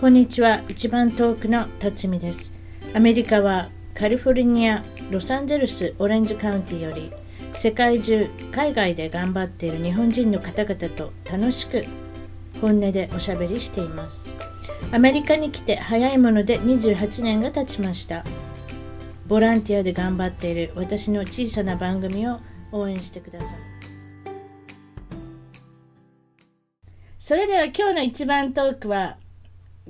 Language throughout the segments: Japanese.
こんにちは一番遠くの辰巳ですアメリカはカリフォルニアロサンゼルスオレンジカウンティより世界中海外で頑張っている日本人の方々と楽しく本音でおしゃべりしていますアメリカに来て早いもので28年が経ちましたボランティアで頑張っている私の小さな番組を応援してくださいそれでは今日の一番トークは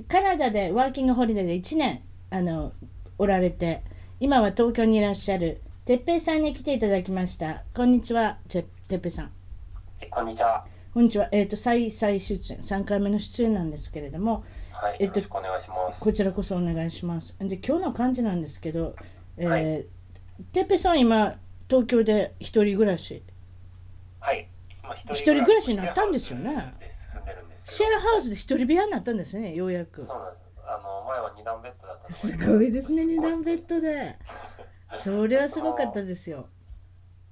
カナダでワーキングホリデーで1年あのおられて今は東京にいらっしゃるてっぺいさんに来ていただきましたこんにちはててっぺいさんこんにちは。こんにちはえっ、と再再出演3回目の出演なんですけれどもはい、えっよとろしくお願いします。こちらこそお願いしますで今日の漢字なんですけど、えーはてっぺいさん今東京で一人暮らしはい。まあ、一一人暮らしになったんですよねで進んでるんですシよ。ェアハウスで一人部屋になったんですねようやくそうなんです。あの前は二段ベッドだったのがすごいですね二段ベッ。引っ越してドでそれはすごかったですよ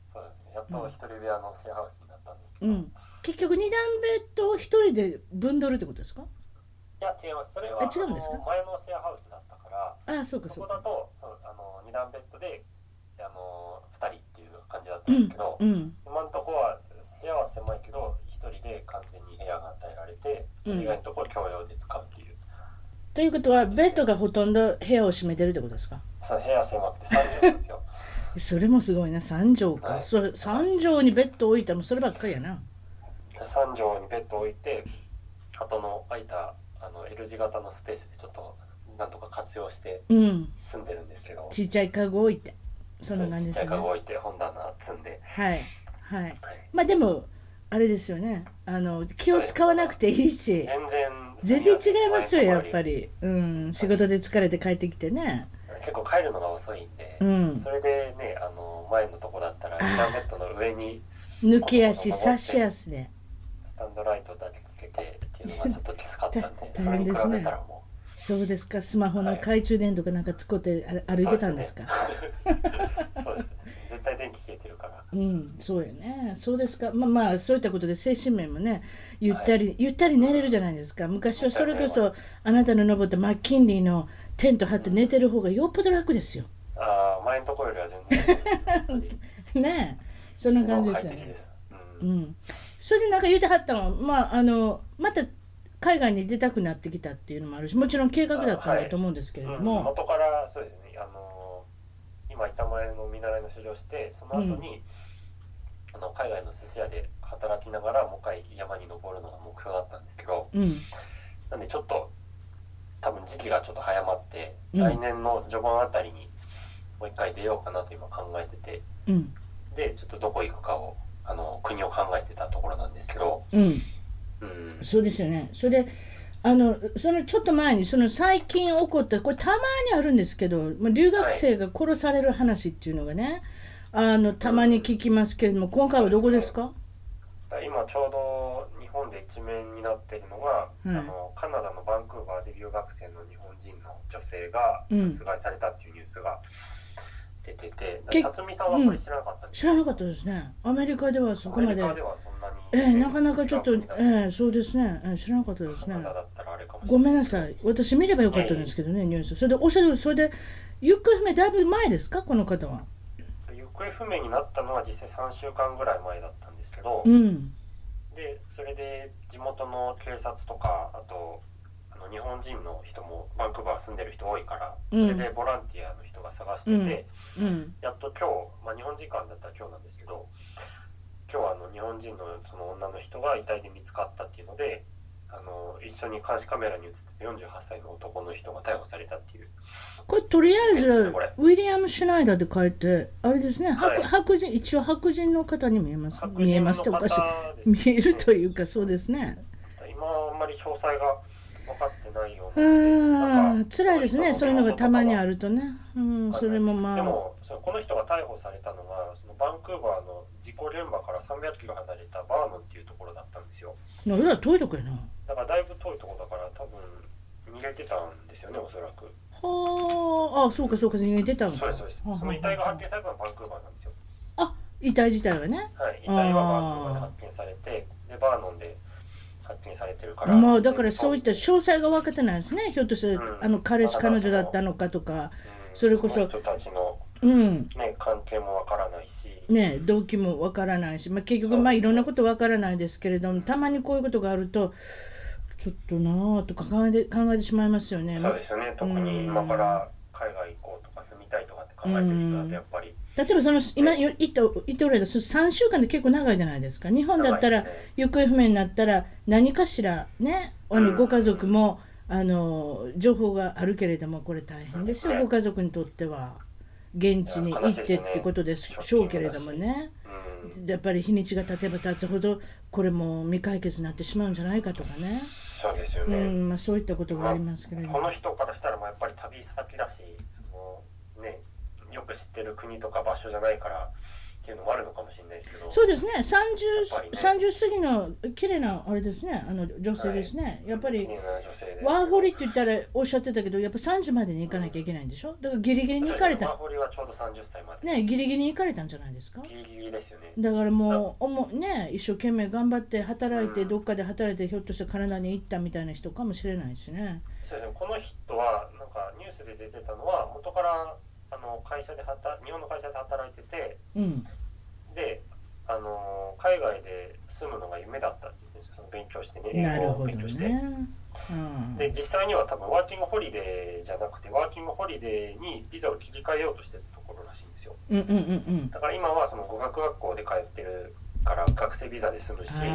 そうですね。やっと一人部屋のシェアハウスになったんですけうど。ん、結局二段ベッドを一人で分取るってことですかいや違います。それはあ違うんですかあの前のシェアハウスだったから、ああそうかそそうこかだとそうあの二段ベッドであの二人っていう感じだったんですけど、うん今のところは部屋は狭いけど一人で完全に部屋が与えられて、それ以外のところ共用で使うっていう。ということはベッドがほとんど部屋を占めてるってことですかそう部屋狭くて3畳なんですよ それもすごいな3畳か、はいそれ3畳にベッド置いたらもうそればっかりやな3畳にベッド置いて後の空いたあの L 字型のスペースでちょっとなんとか活用してうん住んでるんですけどちっちゃい家具置いてそんな感じちでっちゃすいね家具は置いて本棚積んで、いはいはいまあでもあれですよねあの気を使わなくていいし全然全然違いますよ住みややっすぱりうん仕事で疲れて帰ってきてね結構帰るのが遅いんで、うんそれでねあの前のとこだったら2段ベッドの上に抜き足差し足でスタンドライトだけつけてっていうのがちょっときつかったんで大それ変にで比すねべたらも うそうですかスマホの懐中電灯かなんか使ってあれ歩いてたんですかそうですね絶対電気消えてるからうん、そうよね。そうですか。まあまあそういったことで精神面もね、ゆったり、ゆったり寝れるじゃないですか。昔はそれこゆそあなたの登ったマッキンリーのテント張って寝てる方がよっぽど楽ですよ。 ああ前のところよりは全然本当にねえ、 そんな感じです快よ適ねで。す。ううんん。それでなんか言うてはったのは、まああのまた海外に出たくなってきたっていうのもあるし、もちろん計画だったんだと思うんですけれどうんも、元からそうですね。あのー今板前の見習いの修行してその後に、あの海外の寿司屋で働きながらもう一回山に登るのが目標だったんですけど、うん、なんでちょっと多分時期がちょっと早まって、うん来年の序盤あたりにもう一回出ようかなと今考えててうん、でちょっとどこ行くかをあの国を考えてたところなんですけど、うん。うん、そうですよね。それであのそのちょっと前にその最近起こったこれたまにあるんですけど、まあ、留学生が殺される話っていうのがね、あのたまに聞きますけれども今回はどこですか？今ちょうど日本で一面になっているのが、うんあのカナダのバンクーバーで留学生の日本人の女性が殺害されたっていうニュースが出てて、け辰巳さんはこれ知らなかったんです知らなかったですね。アメリカではそアこメまリでカではそんなに、ええなかなかちょっとえ知らえないそうですね、ええ知らなかったですカねナ。ダだったらあれかもしれごなめいんなさい私見ればよかったんですけどねニュースそれでおっしゃるそれで行方不明だいぶ前ですかこの方は？行方不明になったのは実際3週間ぐらい前だったんですけど、うんでそれで地元の警察とかあとあの日本人の人もバンクーバー住んでる人多いからそれでボランティアの人が探してて、うんうんやっと今日、まあ、日本時間だったら今日なんですけど今日あの日本人のその女の人が遺体で見つかったっていうのであの一緒に監視カメラに映ってた48歳の男の人が逮捕されたっていうこれとりあえそうですずねこれウィリアム・シュナイダーって書いてあれですね、はい白白人一応白人の方に見えます白見え人のますってお方かでしいす、ね、見えるというかそうですね今はあんまり詳細が分かってないよあうなー辛いですねそういうのがたまにあるとね、うん、それもまであもそのこの人が逮捕されたのがそのバンクーバーの事故現場から300キロ離れたバーノンっていうところだったんですよな俺ら遠いとこやなだからだいぶ遠いところだから多分逃げてたんですよねおそらくはああそうかそうか逃げてたのそうかですそうですはあはあその遺体が発見されたのはバンクーバーなんですよあ遺体自体はねはい遺体はバンクーバーで発見されてでバーノンで発見されてるからまあだからそういった詳細が分かってないですねひょっとしたらうんあの彼氏彼女だったのかとかうんそれこその人たちの、うんね、関係もわからないし、ね動機も分からないし、まあ、結局まあいろんなこと分からないですけれどもたまにこういうことがあるとちょっとなぁと考えて考えてしまいますよね。そうですよね特に今から海外行こうとか住みたいとかって考えてる人だとやっぱり、例えばその今よ言った言っておられたその3週間で結構長いじゃないですか日本だったら長いで行方不明になったら何かしらねあうのんご家族もあの情報があるけれどもこれ大変ですそうよですねご家族にとっては現地に行ってってことでいや悲しいですねしょうけれどもねうん、やっぱり日にちが経てば経つほどこれも未解決になってしまうんじゃないかとかそうですよね、ね、うんまあ、そういったことがありますけれどこもの人からしたらもうやっぱり旅先だしその、ね、よく知ってる国とか場所じゃないからっていうのもあるのかもしれないですけどそうですね 30, やっぱ30過ぎの綺麗なあれですねあの女性ですね、やっぱり綺麗な女性でワーホリって言ったらおっしゃってたけどやっぱ30までに行かなきゃいけないんでしょだからギリギリに行かれそうですねワーたホリはちょうど30歳までねギリギリに行かれたんじゃないですかギリギリですよねだからもうおもね一生懸命頑張って働いてどっかで働いてひょっとしたらカナダに行ったみたいな人かもしれないしねそうですねこの人はなんかニュースで出てたのは元からあの会社で働日本の会社で働いててうんであの海外で住むのが夢だったって言うんですよその勉強してねな英る語ほどを勉強して、ねで実際には多分ワーキングホリデーじゃなくてワーキングホリデーにビザを切り替えようとしてるところらしいんですようんうんうんうんだから今はその語学学校で通ってるから学生ビザで住むしあ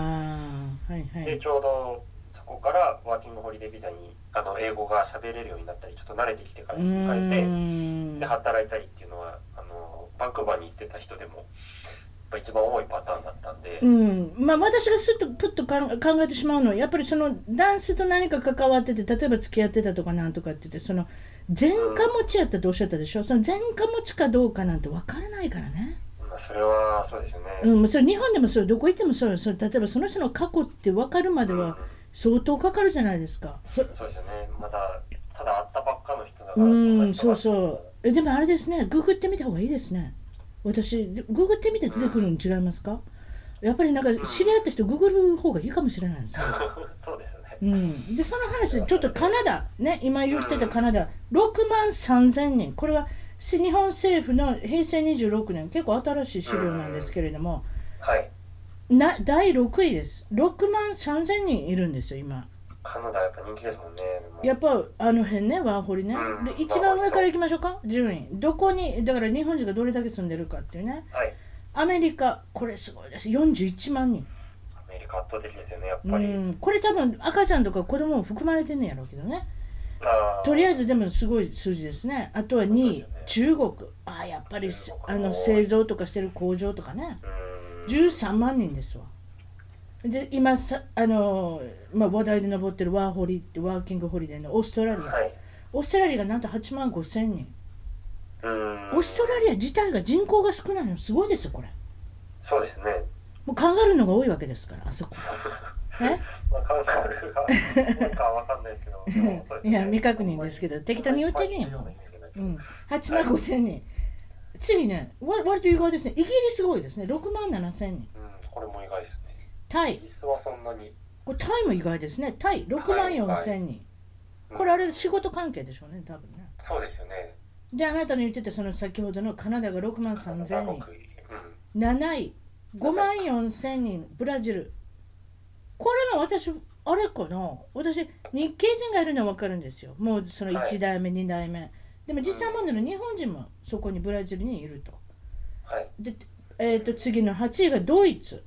あはいはでいちょうどそこからワーキングホリデービザにあの英語が喋れるようになったりちょっと慣れてきてからう切り替えてーんで働いたりっていうのはあのバンクーバーに行ってた人でもやっぱ一番多いパターンだったんで、うんまあ、私がすっとプッとかん考えてしまうのはやっぱりその男性と何か関わってて例えば付き合ってたとかなんとかって言ってその前科持ちやったとおっしゃったでしょその前科持ちかどうかなんて分からないからね、まあ、それはそうですよね、うん、もうそれ日本でもそうどこ行ってもそうよそれ例えばその人の過去って分かるまでは相当かかるじゃないですかそそうですよねまだただ会ったばっかの人だからうどんなん人そがうそうえでもあれですねググってみた方がいいですね私ググってみて出てくるの違いますかやっぱりなんか知り合った人ググる方がいいかもしれないですね そうですうん、ねでその話でちょっとカナダね今言ってたカナダ6万3000人これはし日本政府の平成26年結構新しい資料なんですけれども、はいな第6位です6万3000人いるんですよ今カナダやっぱ人気ですもんねもうやっぱあの辺ねワーホリねうんで一番上からいきましょうか順位どこにだから日本人がどれだけ住んでるかっていうねはいアメリカこれすごいです41万人アメリカ圧倒的ですよねやっうぱり、んこれ多分赤ちゃんとか子供も含まれてんねやろうけどねあーとりあえずでもすごい数字ですね。あとは2位そうで、中国。ああ、やっぱりす中あ国の製造とかしてる工場とかね。うん13万人ですわ。で、今さ、あのーまあ、話題で上ってるワーホリってワーキングホリデーのオーストラリア。はいオーストラリアがなんと8万5千人。うんオーストラリア自体が人口が少ないのすごいですよ、これ。そうですねもうカンガルーのが多いわけですから、あそこ。え まあカンガルーがなんかわかんないですけどでもそうで すいねや、未確認ですけど、適当に言ってるやん。うん、8万5千人。次ね、わ割と意外ですね。イギリスが多いですね。6万7千人。うん、これも意外ですね。タイイギ。リスはそんなに。これタイも意外ですね。タイ6万4千人。これあれ仕事関係でしょうね、多分ね。そうですよね。で、あなたの言ってたその先ほどのカナダが6万3千うん人。。7位、5万4千人。ブラジル。これも私、あれかな私、日系人がいるのは分かるんですよ。もうその1代目、2代目。でも実際問題の日本人もそこにブラジルにいると。はい。で、えー、と次の8位がドイツ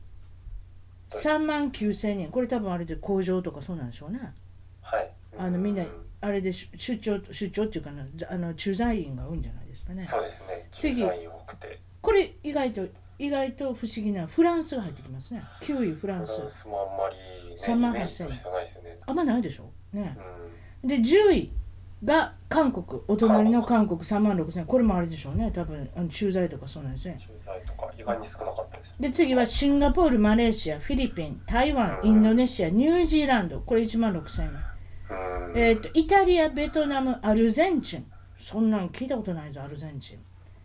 ドイツ3万9千人これ多分あれで工場とかそうなんでしょうねはい。あのみんなうあれで出出張出張っていうかなあの駐在員が多いんじゃないですかねそうですね。次駐在員多くて。これ意外と意外と不思議なフランスが入ってきますね9位フラフンラスンスもあんまり、ね、三万八千イメージとしてないですよね。あんまないでしょねうん。で10位が韓国お隣の韓国3万6千これもあれでしょうね多分あの駐在とかそうなんですね駐在とか意外に少なかったですね。で次はシンガポール、マレーシア、フィリピン、台湾、インドネシア、ニュージーランド、これ1万6000円。うん。えー、とイタリア、ベトナム、アルゼンチン、そんなん聞いたことないぞ、アルゼンチン。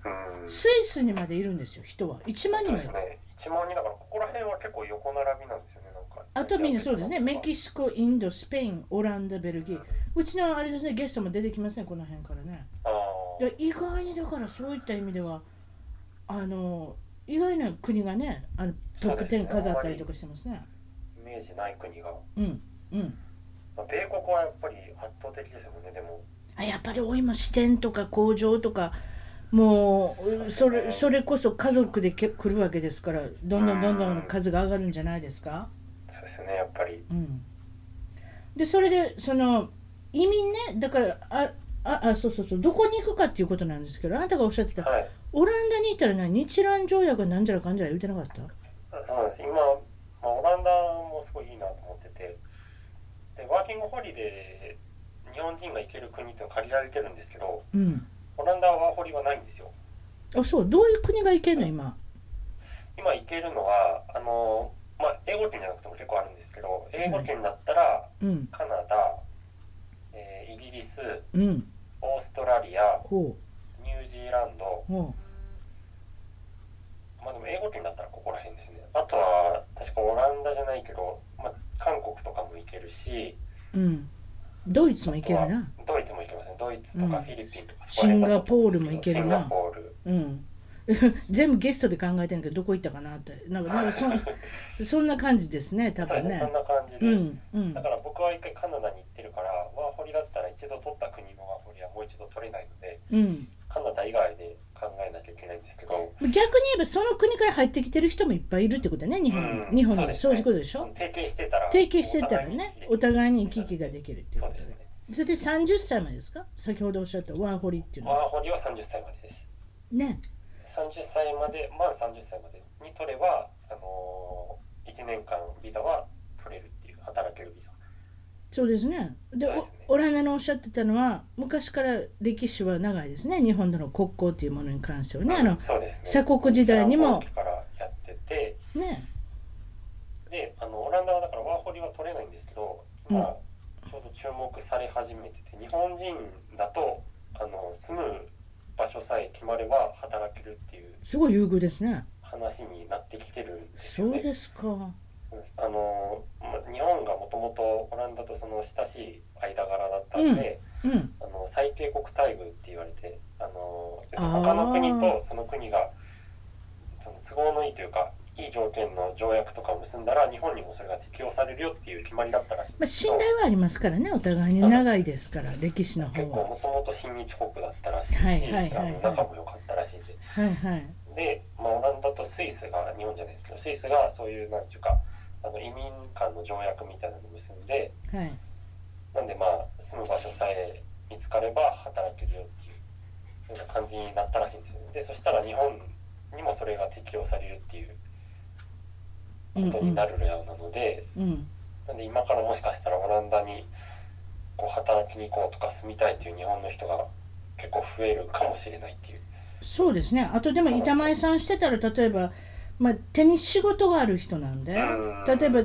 うん。スイスにまでいるんですよ、人は。1万そ人もうでいする。ね。一万人だからここら辺は結構横並びなんですよね。なんかあとみんなそうですね、メキシコ、インド、スペイン、オランダ、ベルギー、うちのあれですね、ゲストも出てきますね、この辺からね。あだから意外にだからそういった意味では、あの意外な国がね、あのトップ10飾ったりとかしてますね。ーイメージない国が、うんうん、まあ、米国はやっぱり圧倒的ですもんねでもあやっぱり多いもん支店とか工場とか、もうそれそれこそ家族でけ来るわけですから、どんどんどんどん数が上がるんじゃないですか。そうですねやっぱりうん、でそれでその移民ねだからあああそうそうそうどこに行くかっていうことなんですけどあなたがおっしゃってたはいオランダにいたらね日蘭条約がなんじゃらかんじゃら言うてなかったそうなんです今、まあ、オランダもすごいいいなと思っててでワーキングホリデー日本人が行ける国って限られてるんですけどうんオランダはワーホリはないんですよあそうどういう国が行けんの今今行けるのはあの、まあ、英語圏じゃなくても結構あるんですけど英語圏だったらうんカナダ、えーイギリスうんオーストラリアほニュージーランドうほまあでも英語圏だったらここら辺ですねあとは確かオランダじゃないけど、まあ、韓国とかも行けるしううんドイツも行けるあとはなドイツも行けますねドイツとうかんフィリピンとかシンガポールも行けるなシンガポールうん 全部ゲストで考えてんだけどどこ行ったかなってなんかなんか そんそんな感じですね多そう分ですねねそんな感じで、うんうんだから僕は一回カナダに行ってるからワーホリだったら一度取った国のワーホリはもう一度取れないのでうんカナダ以外で考えなきゃいけないんですけど、逆に言えばその国から入ってきてる人もいっぱいいるってことだね日本,、うん日本そうにですそうねいうことでしそょの提携してたら提携してたらねおい互いに行き来ができるっていうそこうとでですねそれで30歳までですか先ほどおっしゃったワーホリっていうのはワーホリは30歳までですね30歳まで満30歳までに取れば、あのー、1年間ビザは取れるっていう働けるビザそうですねでそうですねおオランダのおっしゃってたのは昔から歴史は長いですね日本との国交っていうものに関してはねあのねそうですね鎖国時代にもイスラム法規からやっててであのオランダはだからワーホリは取れないんですけど今、ちょうど注目され始めてて日本人だとあの住む場所さえ決まれば働けるっていうすごい優遇ですね話になってきてるんですそようね。ですかそうですあのま日本がもともとオランダとその親しい間柄だったんで、うんあの最恵国待遇って言われてあの要するにあー他の国とその国がその都合のいいというかいい条件の条約とかを結んだら日本にもそれが適用されるよっていう決まりだったらしいんまあですけ信ど、頼はありますからねお互いに長いですから歴史の結方構はもともと親日国だったらしいし、はいはいはいはいあの仲も良かったらしいんではいはいで、まあ、オランダとスイスが日本じゃないですけどスイスがそういうなんていうかあの移民間の条約みたいなのを結んで。はいなんでまあ住む場所さえ見つかれば働けるよっていうような感じになったらしいんですよね。でそしたら日本にもそれが適用されるっていうことになるようなので、うんなんで今からもしかしたらオランダにこう働きに行こうとか住みたいっていう日本の人が結構増えるかもしれないっていう。そうですねあとでも板前さんしてたら例えば、まあ、手に仕事がある人なんでうん例えば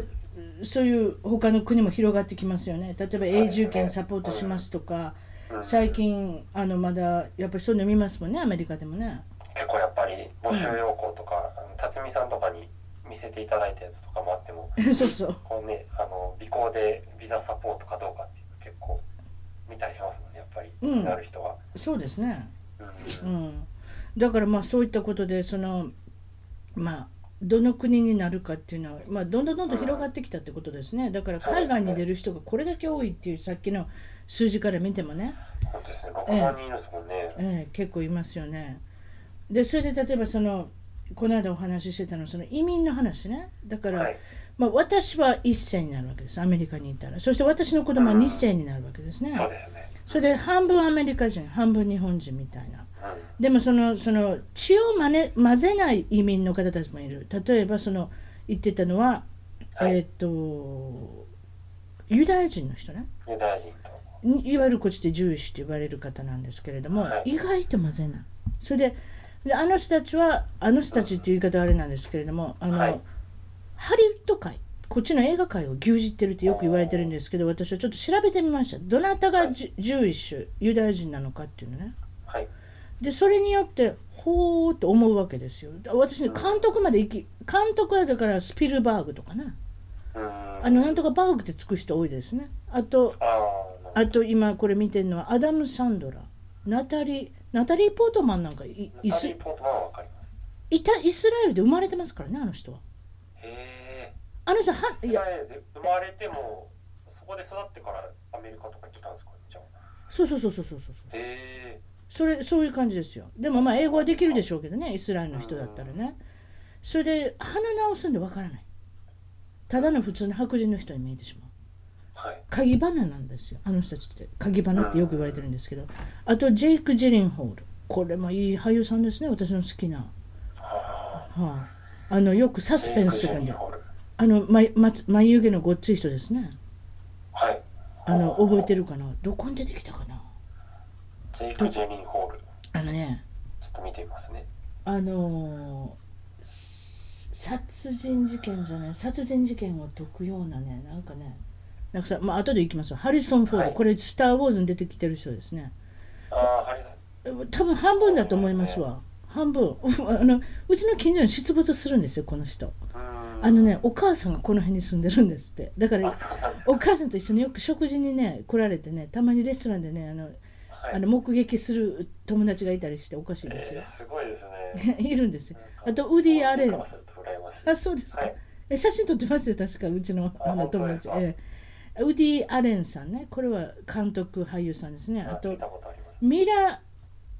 そういう他の国も広がってきますよね例えばね永住権サポートしますとかうん最近あのまだやっぱりそういうの見ますもんねアメリカでもね結構やっぱり募集要項とか、あの辰巳さんとかに見せていただいたやつとかもあっても そうそうこうね、あの尾行でビザサポートかどうかっていうの結構見たりしますもんねやっぱり気になる人は、そうですねうんうんだからまあそういったことでそのまあどの国になるかっていうのは、まあ、どんどんどんどん広がってきたってことですねだから海外に出る人がこれだけ多いっていうさっきの数字から見てもね、本当ですね6万人いるんですもんね、ええ、結構いますよね。でそれで例えばそのこの間お話ししてたのその移民の話ねだから、はいまあ、私は1世になるわけですアメリカにいたらそして私の子供は2世になるわけですねそうですねそれで半分アメリカ人半分日本人みたいなうんでもそのその血をまね混ぜない移民の方たちもいる例えばその言ってたのは、はいえーっとユダヤ人の人ねユダヤ人といわゆるこっちでジューシーと言われる方なんですけれども、はい意外と混ぜないそれでであの人たちはあの人たちっていう言い方はあれなんですけれどもあの、はいハリウッド界こっちの映画界を牛耳ってるってよく言われてるんですけど私はちょっと調べてみましたどなたがジュ,、ーイッシュユダヤ人なのかっていうのねはいでそれによってほーっと思うわけですよだ私ね監督まで行き監督はだからスピルバーグとかねうーんあのなんとかバーグってつく人多いですねあとあーなるほどあと今これ見てるのはアダム・サンドラナタリーナタリー・ポートマンなんかいイナタリスー・ポートマンはわかりますいたイスラエルで生まれてますからねあの人はへえあの人はイいスやラエルで生まれてもそこで育ってからアメリカとか来たんですかねじゃあそうそうそうそうそうそうへえそれそういう感じですよでもまあ英語はできるでしょうけどねイスラエルの人だったらねそれで鼻直すんでわからないただの普通の白人の人に見えてしまうはい鍵花なんですよあの人たちって鍵花ってよく言われてるんですけどあとジェイク・ジェリンホールこれもいい俳優さんですね私の好きな、はああ、あのよくサースペンスとかにジェイクジェニーホールあの眉松眉毛のごっつい人ですねはいあの覚えてるかなどこに出てきたかなジェイク・ジェニー・ホールあのねちょっと見てみますねあのーす殺人事件じゃない殺人事件を解くようなねなんかねなんかさ、まあ後で行きますよハリソン・フォード、はいこれ「スター・ウォーズ」に出てきてる人ですねああハリスえ多分半分だと思いますわ半分 あのうちの近所に出没するんですよこの人うーんあのねお母さんがこの辺に住んでるんですってだからあそうなんですお母さんと一緒によく食事にね来られてねたまにレストランでねあのはいあの目撃する友達がいたりしておかしいですえーよ、すごいですねいるんですよ あとウディ・アレンからすると羨ましいあそうですか、はいえ写真撮ってますよ確かうちのああの本当友です達かええウディ・アレンさんねこれは監督俳優さんですねああと聞いたことありますミラ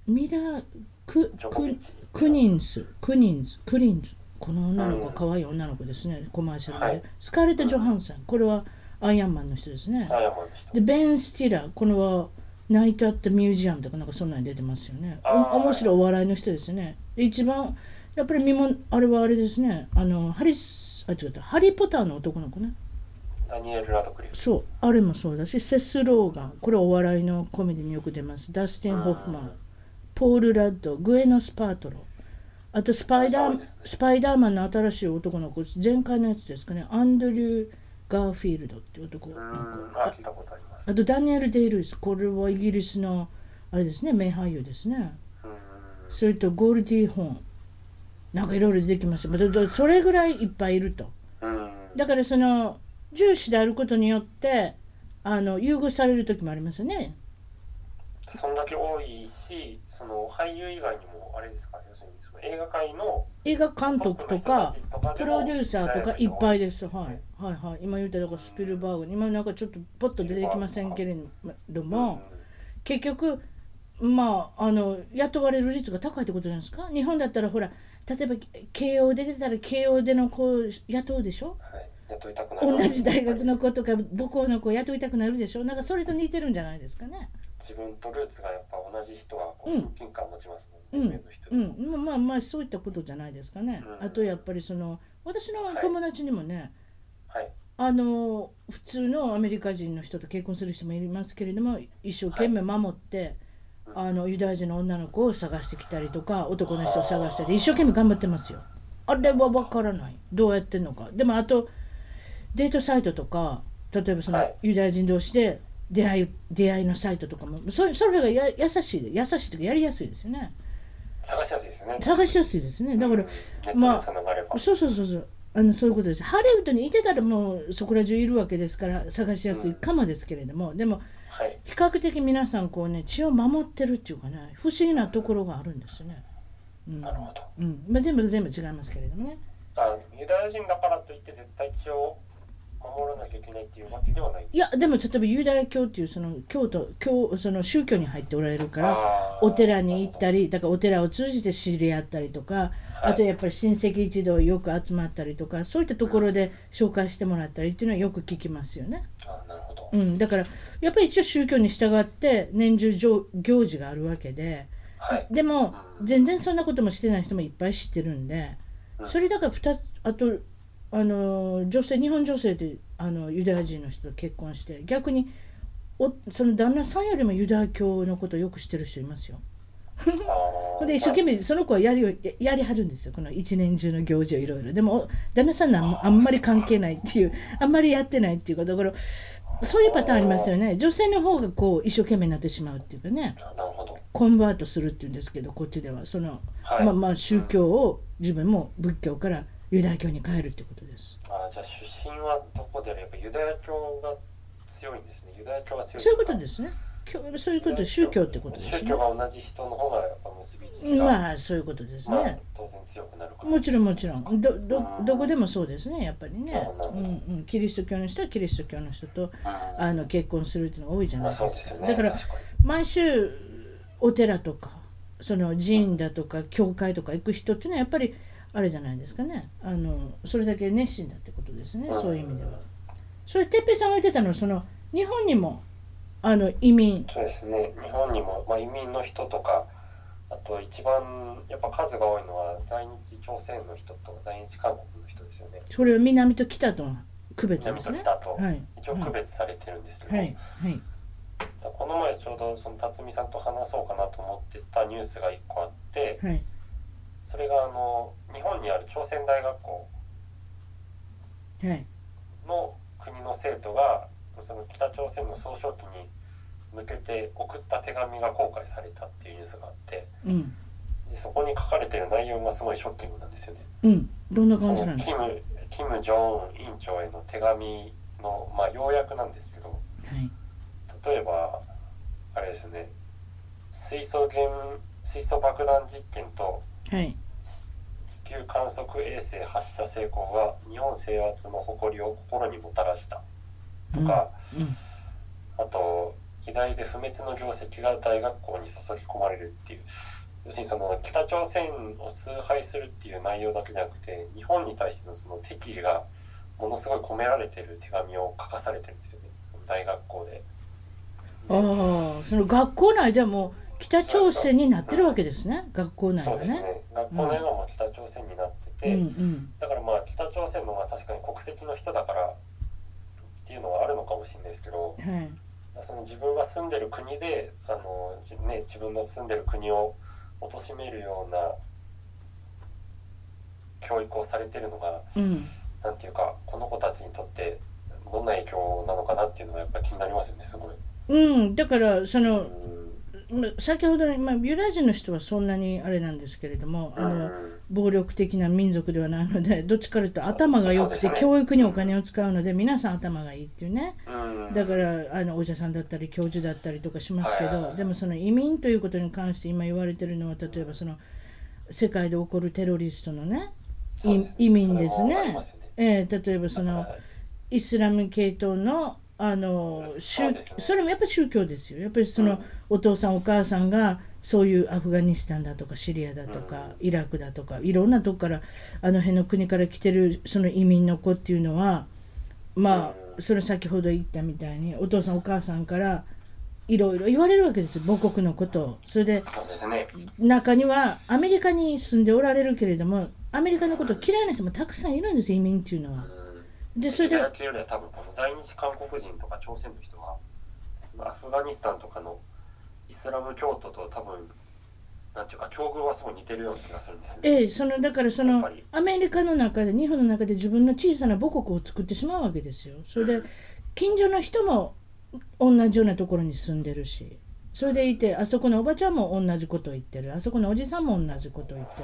ミラクジョコクビッチクニンスクニンスクリンズこの女の子は可愛い女の子ですねコマーシャルで、はいスカーレット・ジョハンさんこれはアイアンマンの人ですねダイヤモンドの人でベン・スティラーこれはナイト・アット・ミュージアムとかなんかそんなに出てますよねあーお面白いお笑いの人ですよねで一番やっぱり身もあれはあれですねあのハリスあ違ったハリー・ポッターの男の子ねダニエル・ラドクリフそうあれもそうだしセス・ローガンこれはお笑いのコメディによく出ますダスティン・ホフマンポール・ラッドグエノ・スパートロあとスパイダそうーですねスパイダーマンの新しい男の子前回のやつですかねアンドリュー・ガーフィールドっていう男のう子ーんあ聞いたことありますあとダニエル・デイ・ルイス、これはイギリスのあれですね、名俳優ですね。うーんそれとゴールディ・ホーン、なんかいろいろ出てきましたまあだだそれぐらいいっぱいいると。うーんだからその重視であることによってあの優遇される時もありますよね。そんだけ多いしその俳優以外にもあれですか要するにその映画界の映画監督とかプロデューサーとかいっぱいです。ははい、はい、はい。今言っただからスピルバーグ、今なんかちょっとポッと出てきませんけれども。結局まああの雇われる率が高いってことじゃないですか日本だったらほら例えば慶応で出てたら慶応での子を雇うでしょはい、雇いたくなる同じ大学の子とか母校の子を雇いたくなるでしょなんかそれと似てるんじゃないですかね自分とルーツがやっぱ同じ人はこううん親近感持ちますもうんんね、上の人うんまあまあまあそういったことじゃないですかねうんあとやっぱりその私の友達にもねはいあの普通のアメリカ人の人と結婚する人もいますけれども一生懸命守って、あのユダヤ人の女の子を探してきたりとか男の人を探したり一生懸命頑張ってますよあれは分からないどうやってんのかでもあとデートサイトとか例えばそのはいユダヤ人同士で出会い出会いのサイトとかもそそれがや優しいで優しいというかやりやすいですよね探しやすいですよね探しやすいですねだから、ネットでつながれば、そうそうそうそうあのそういうことですハリウッドにいてたらもうそこら中いるわけですから探しやすいかもですけれども、でもはい比較的皆さんこうね血を守ってるっていうかね不思議なところがあるんですよね、うんなるほどうんまあ、全部全部違いますけれどもねあユダヤ人だからといって絶対血を守らなきゃいけないっていうわけではないいやでも例えばユダヤ教っていうその教徒教その宗教に入っておられるからあーお寺に行ったりだからお寺を通じて知り合ったりとか、はいあとやっぱり親戚一同よく集まったりとかそういったところで紹介してもらったりっていうのはよく聞きますよね。あなるほど、うん、だからやっぱり一応宗教に従って年中行行事があるわけではいでも全然そんなこともしてない人もいっぱい知ってるんでそれだから2つあとあの女性日本女性であのユダヤ人の人と結婚して逆におその旦那さんよりもユダヤ教のことをよく知ってる人いますよ。あーで一生懸命その子はやるよややりはるんですよこの一年中の行事をいろいろでもお旦那さんなんもあんまり関係ないっていうあんまりやってないっていうかだからそういうパターンありますよね女性の方がこう一生懸命になってしまうっていうかねあなるほどコンバートするっていうんですけどこっちではその、はいまあまあ宗教を自分も仏教からユダヤ教に帰るってことですあーじゃあ出身はどこであればユダヤ教が強いんですねユダヤ教が強いそういうことですね教そういうこと宗教ってことです宗ね教が同じ人の方がやっぱ結びつきが、まあまあそういうことですね当然強くなるからもちろんもちろんどどどこでもそうですねやっぱりね、うんうん、キリスト教の人はキリスト教の人とうんあの結婚するっていうのが多いじゃないまあ、ですそうかですよねだから確かに毎週お寺とかその寺院だとか教会とか行く人っていうのはやっぱりあれじゃないですかねあのそれだけ熱心だってことですねそういう意味では。それ哲平さんが言ってたのはその日本にもあの移民そうですね日本にも、まあ、移民の人とかあと一番やっぱ数が多いのは在日朝鮮の人と在日韓国の人ですよねそれを南と北との区別で南すとね。北と、はい一応区別されてるんですけはど、いはいだからこの前ちょうどその辰巳さんと話そうかなと思ってたニュースが1個あってはいそれがあの日本にある朝鮮大学校はいの国の生徒がその北朝鮮の総書記に向けて送った手紙が公開されたっていうニュースがあってうんでそこに書かれてる内容がすごいショッキングなんですよね。うんどんなそ感のじなんですキか。はいムキム・ジョンウン委員長への手紙の、まあ、要約なんですけど例えばあれですね水素原水素爆弾実験とはい地地球観測衛星発射成功は日本制圧の誇りを心にもたらしたとか、あと偉大で不滅の業績が大学校に注ぎ込まれるっていう要するにその北朝鮮を崇拝するっていう内容だけじゃなくて日本に対してのその敵意がものすごい込められてる手紙を書かされてるんですよねその大学校で。ああその学校内ではもう北朝鮮になってるわけですね学校内そうはですねね。学校の今も北朝鮮になってて、うんうんだからまあ北朝鮮のまあ確かに国籍の人だからっていうのはあるのかもしれないですけどはいその自分が住んでる国であの、じね、自分の住んでる国を貶めるような教育をされてるのがうんなんていうかこの子たちにとってどんな影響なのかなっていうのがやっぱり気になりますよねすごい。うん、だからそうのんま先ほどの、まあ、ユダヤ人の人はそんなにあれなんですけれどもあのうん暴力的な民族ではないのでどっちかというと頭が良くてそうですね教育にお金を使うので皆さん頭がいいっていうねうんだからあのお医者さんだったり教授だったりとかしますけはいはいはどいでもその移民ということに関して今言われてるのは例えばその世界で起こるテロリストのねそうですね移民ですねそれもありますよねええ例えばそのはいイスラム系統のあのそう宗ですねそれもやっぱり宗教ですよやっぱりその、うんお父さんお母さんがそういうアフガニスタンだとかシリアだとか、イラクだとかいろんなとこからあの辺の国から来てるその移民の子っていうのはまあ、それ先ほど言ったみたいにお父さんお母さんからいろいろ言われるわけですよ母国のことを。それでそうですね中にはアメリカに住んでおられるけれどもアメリカのことを嫌いな人もたくさんいるんです移民っていうのは。うんでそれでユダヤというよりは多分この在日韓国人とか朝鮮の人はそのアフガニスタンとかのイスラム教徒と多分なんていうか境遇はすごい似てるような気がするんですよね。ええ、そのだからそやっのぱりアメリカの中で日本の中で自分の小さな母国を作ってしまうわけですよそれで近所の人も同じようなところに住んでるしそれでいてあそこのおばちゃんも同じことを言ってるあそこのおじさんも同じことを言って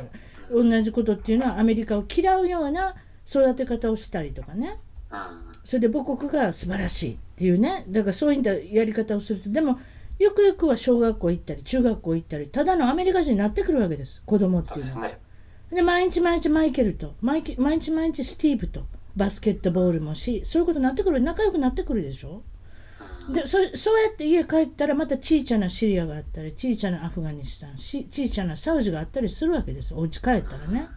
る同じことっていうのはアメリカを嫌うような育て方をしたりとかねうんそれで母国が素晴らしいっていうねだからそういったやり方をするとでもよくよくは小学校行ったり中学校行ったりただのアメリカ人になってくるわけです子供ってそいううでのはす。ね。で毎日毎日マイケルと毎日毎日毎日スティーブとバスケットボールもしそういうことになってくる仲良くなってくるでしょでそそうやって家帰ったらまた小さなシリアがあったり小さなアフガニスタンし小さなサウジがあったりするわけですお家帰ったらね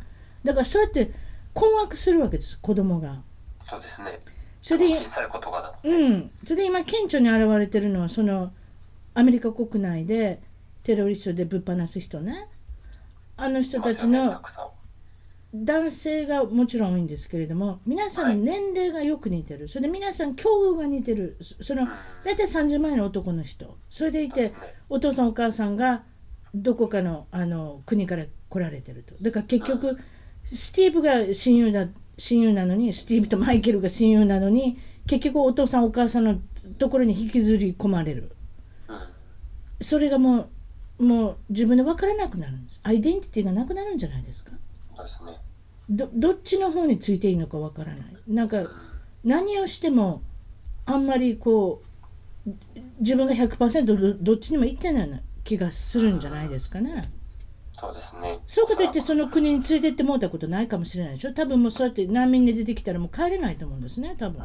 だからそうやって困惑するわけです子供がそうですね。それで小さいことがだもんね。うん、それで今顕著に現れてるのはそのアメリカ国内でテロリストでぶっ放す人ねあの人たちいますよねのたくさん。男性がもちろん多いんですけれども皆さん年齢がよく似てるそれで皆さん境遇が似てるそその大体30前の男の人それでいてそうですねお父さんお母さんがどこかのあの国から来られてるとだから結局スティーブが親友だ親友なのにスティーブとマイケルが親友なのに結局お父さんお母さんのところに引きずり込まれるそれがもうもう自分で分からなくなるんですアイデンティティがなくなるんじゃないですかそうですね。どどっちの方についていいのかわからないなんか何をしてもあんまりこう自分が100%どどっちにもいってないような気がするんじゃないですかね。そうですね。そうかといってその国に連れてってもうたことないかもしれないでしょ多分もうそうやって難民で出てきたらもう帰れないと思うんですね多分うん。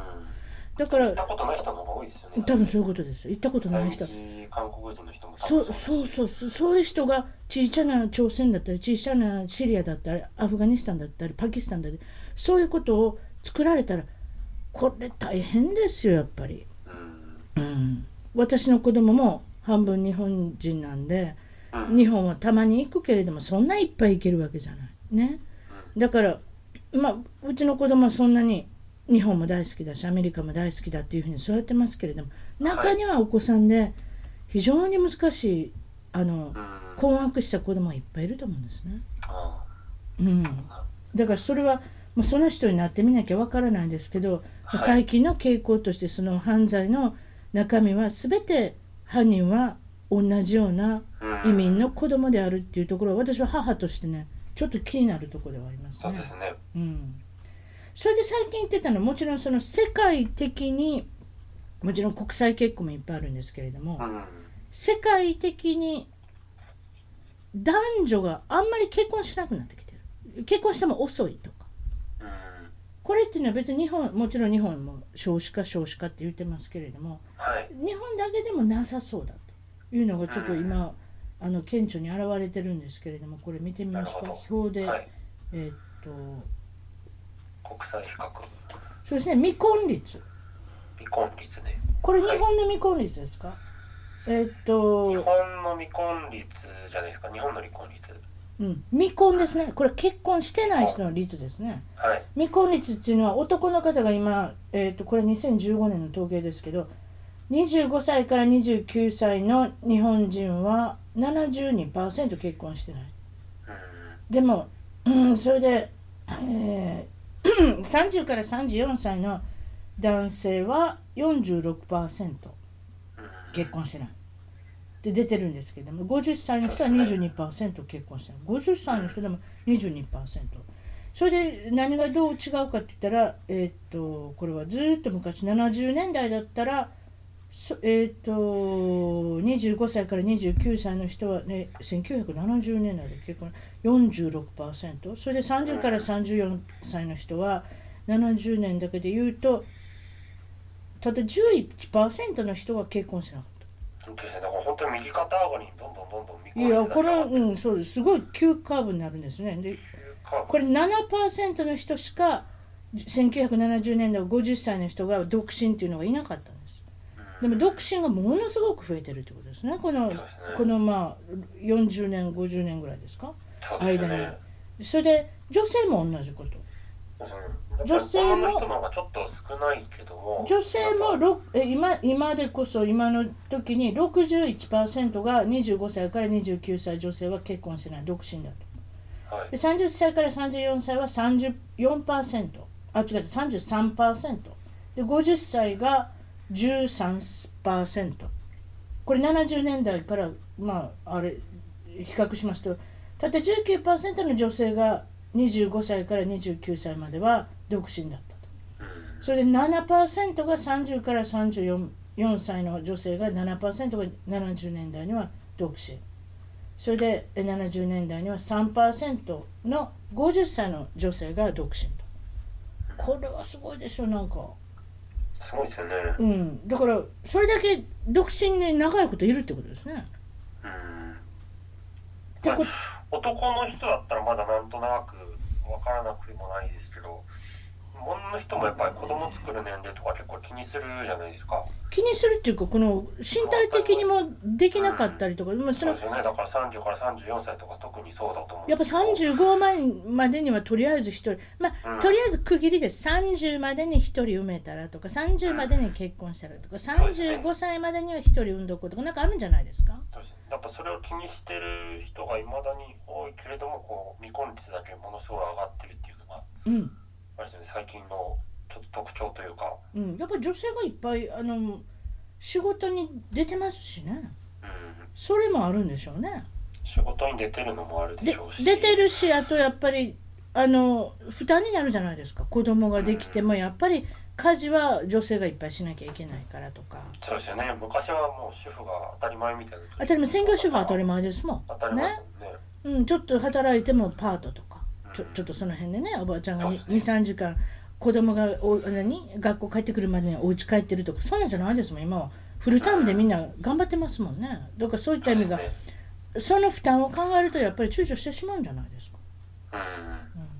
だから行ったことない人の方が多いですよね。多分そういうことです行ったことな在い人日韓国人の人も多そう分そうですそうそうそういう人が小さな朝鮮だったり小さなシリアだったりアフガニスタンだったりパキスタンだったりそういうことを作られたらこれ大変ですよやっぱり、うん。うん、私の子供も半分日本人なんでうん日本はたまに行くけれどもそんないっぱい行けるわけじゃないねだからまあうちの子供はそんなに日本も大好きだしアメリカも大好きだっていうふうに育ってますけれども中にはお子さんで非常に難しいあの、うん。あ困惑した子供がいっぱいいると思うんですね。あうん、だからそれはもうその人になってみなきゃわからないんですけど、はい最近の傾向としてその犯罪の中身は全て犯人は同じようなうん移民の子供であるっていうところは私は母としてねちょっと気になるところではありますそうねで。すね。うん、それで最近言ってたのはもちろんその世界的にもちろん国際結婚もいっぱいあるんですけれども、うん。世界的に男女があんまり結婚しなくなってきてる結婚しても遅いとかうん。これっていうのは別に日本もちろん日本も少子化少子化って言ってますけれどもはい。日本だけでもなさそうだというのがちょっと今あの顕著に現れてるんですけれどもこれ見てみますなかるほ表で、はい。えーっと国際比較。そうですね未婚率未婚率ね。これ日はい本の未婚率ですか、えーっ日と、本の未婚率じゃないですか。日本の離婚率。うん、未婚ですねこれ結婚してない人の率ですね。はい。未婚率っていうのは男の方が今、えー、とこれ2015年の統計ですけど25歳から29歳の日本人は72%結婚してないうん。でも、うん、それで、えー 30から34歳の男性は46%結婚してないで出てるんですけども50歳の人は22%結婚してない50歳の人でも22%それで何がどう違うかって言ったら、えーっとこれはずーっと昔70年代だったらそえーっと25歳から29歳の人は、ね、1970年代で結婚46%それで30から34歳の人は70年だけで言うとただ11%の人が結婚してなかった。そうですね。だから本当に右肩上がりにどんどんどんどん未い婚率やがこ上がのってうんそうですすごい急カーブになるんですねでるかこれ7%の人しか1970年代50歳の人が独身っていうのがいなかったんですでも独身がものすごく増えてるってことですねこのそうですねこのまあ40年50年ぐらいですかそうです間ね。それで女性も同じことうん女性も女の人の方がちょっと少ないけども女性もろくえ今今でこそ今の時に61%が25歳から29歳女性は結婚してない独身だと。はいで30歳から34歳は34%あ違う33%で50歳が13%これ70年代からまああれ比較しますとたった19%の女性が25歳から29歳までは独身だったとそれで7%が30から34 4歳の女性が7%が70年代には独身それでえ70年代には3%の50歳の女性が独身とこれはすごいでしょなんかすごいですよね。うんだからそれだけ独身に長いこといるってことですねうん。てこ男の人だったらまだなんとなく分からなくもないですけど女の人もやっぱり子供作る年齢とか結構気にするじゃないですか気にするっていうかこの身体的にもできなかったりとか、まあ、そそうのですよねだから30から34歳とか特にそうだと思うんやっぱですけど35万までにはとりあえず1人、まあ、とりあえず区切りです30までに1人埋めたらとか30までに結婚したらとか35歳までには1人産んどこうとかなんかあるんじゃないですかそうですねやっぱそれを気にしてる人がいまだに多いけれどもこう未婚率だけものすごい上がってるっていうのがうん、あれですよね最近のちょっと特徴というか、うん、やっぱ女性がいっぱいあの仕事に出てますしねうん、それもあるんでしょうね仕事に出てるのもあるででしょうし出てるしあとやっぱりあの負担になるじゃないですか子供ができてもやっぱり家事は女性がいっぱいしなきゃいけないからとかそうですよね昔はもう主婦が当たり前みたいな当たり前専業主婦は当たり前前ですもん当たり前ですもんねうん、ちょっと働いてもパートとかちょうんちょっとその辺でねおばあちゃんがそうですね23時間子供がお何学校帰ってくるまでにお家帰ってるとかそうなんじゃないですもん今はフルタイムでみんな頑張ってますもんねだからそういったそ意うで味すがねその負担を考えるとやっぱり躊躇してしまうんじゃないですか、うん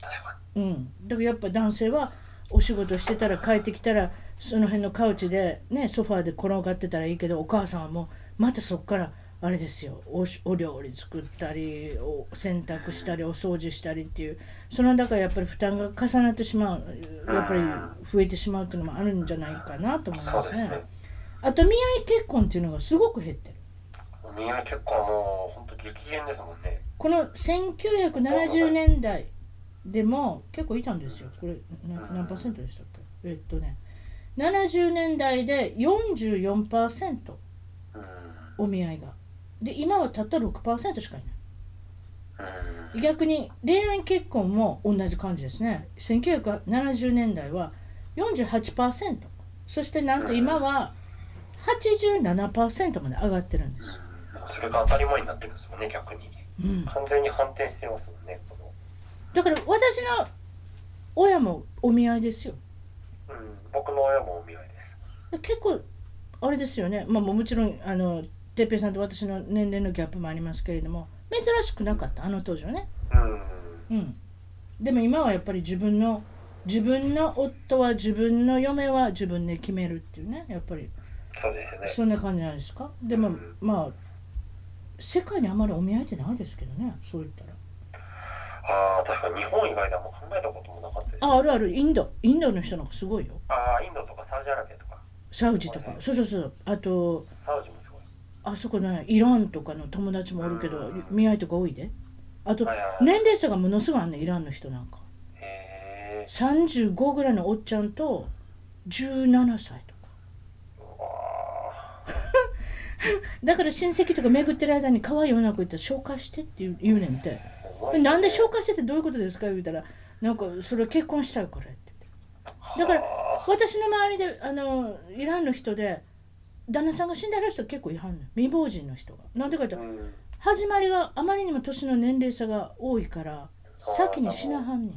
確かうん、だからやっぱ男性はお仕事してたら帰ってきたらその辺のカウチでねソファーで転がってたらいいけどお母さんはもうまたそっからあれですよおしお料理作ったりお洗濯したりお掃除したりっていうそのだからやっぱり負担が重なってしまうやっぱり増えてしまうっていうのもあるんじゃないかなと思いまにそうですすねね。あと見合い結婚っていうのがすごく減ってる。みんな結構もう本当激減ですもんねこの1970年代でも結構いたんですよこれな何パーセントでしたっけえっとね70年代で44%うんうんお見合いがで今はたった6%しかいない逆に恋愛結婚も同じ感じですね1970年代は48%そしてなんと今は87%まで上がってるんですよそれが当たり前になってるんですもんね逆に、うん完全に反転してますもんねこのだから私の親もお見合いですようん、僕の親もお見合いです。結構あれですよね、まあ、もうもちろんあの哲平さんと私の年齢のギャップもありますけれども珍しくなかったあの当時はね、うん、うん、でも今はやっぱり自分の自分の夫は自分の嫁は自分で決めるっていうねやっぱりそうですね。そんな感じなんですかでもうんまあ世界にあまりお見合いってないですけどねそう言ったらああ、確かに日本以外ではもう考えたこともなかったです、あね。あるあるインドインドの人なんかすごいよああ、インドとかサウジアラビアとか、サウジとかそうそうそうあとサウジもすごい。あそこねイランとかの友達もおるけど見合いとか多いであとはいはいはい年齢差がものすごいあんねイランの人なんかへえ。 35ぐらいのおっちゃんと17歳とかうわだから親戚とか巡ってる間に可愛い女の子いたら紹介してって言う言うねんーてすごいっすねなんで紹介してってどういうことですか言うたらなんかそれ結婚したいからって言ってだからは私の周りであのイランの人で旦那さんが死んでる人結構いはんねん未亡人の人がなんでか言ったあらうん、始まりがあまりにも年の年齢差が多いから先に死なはんねん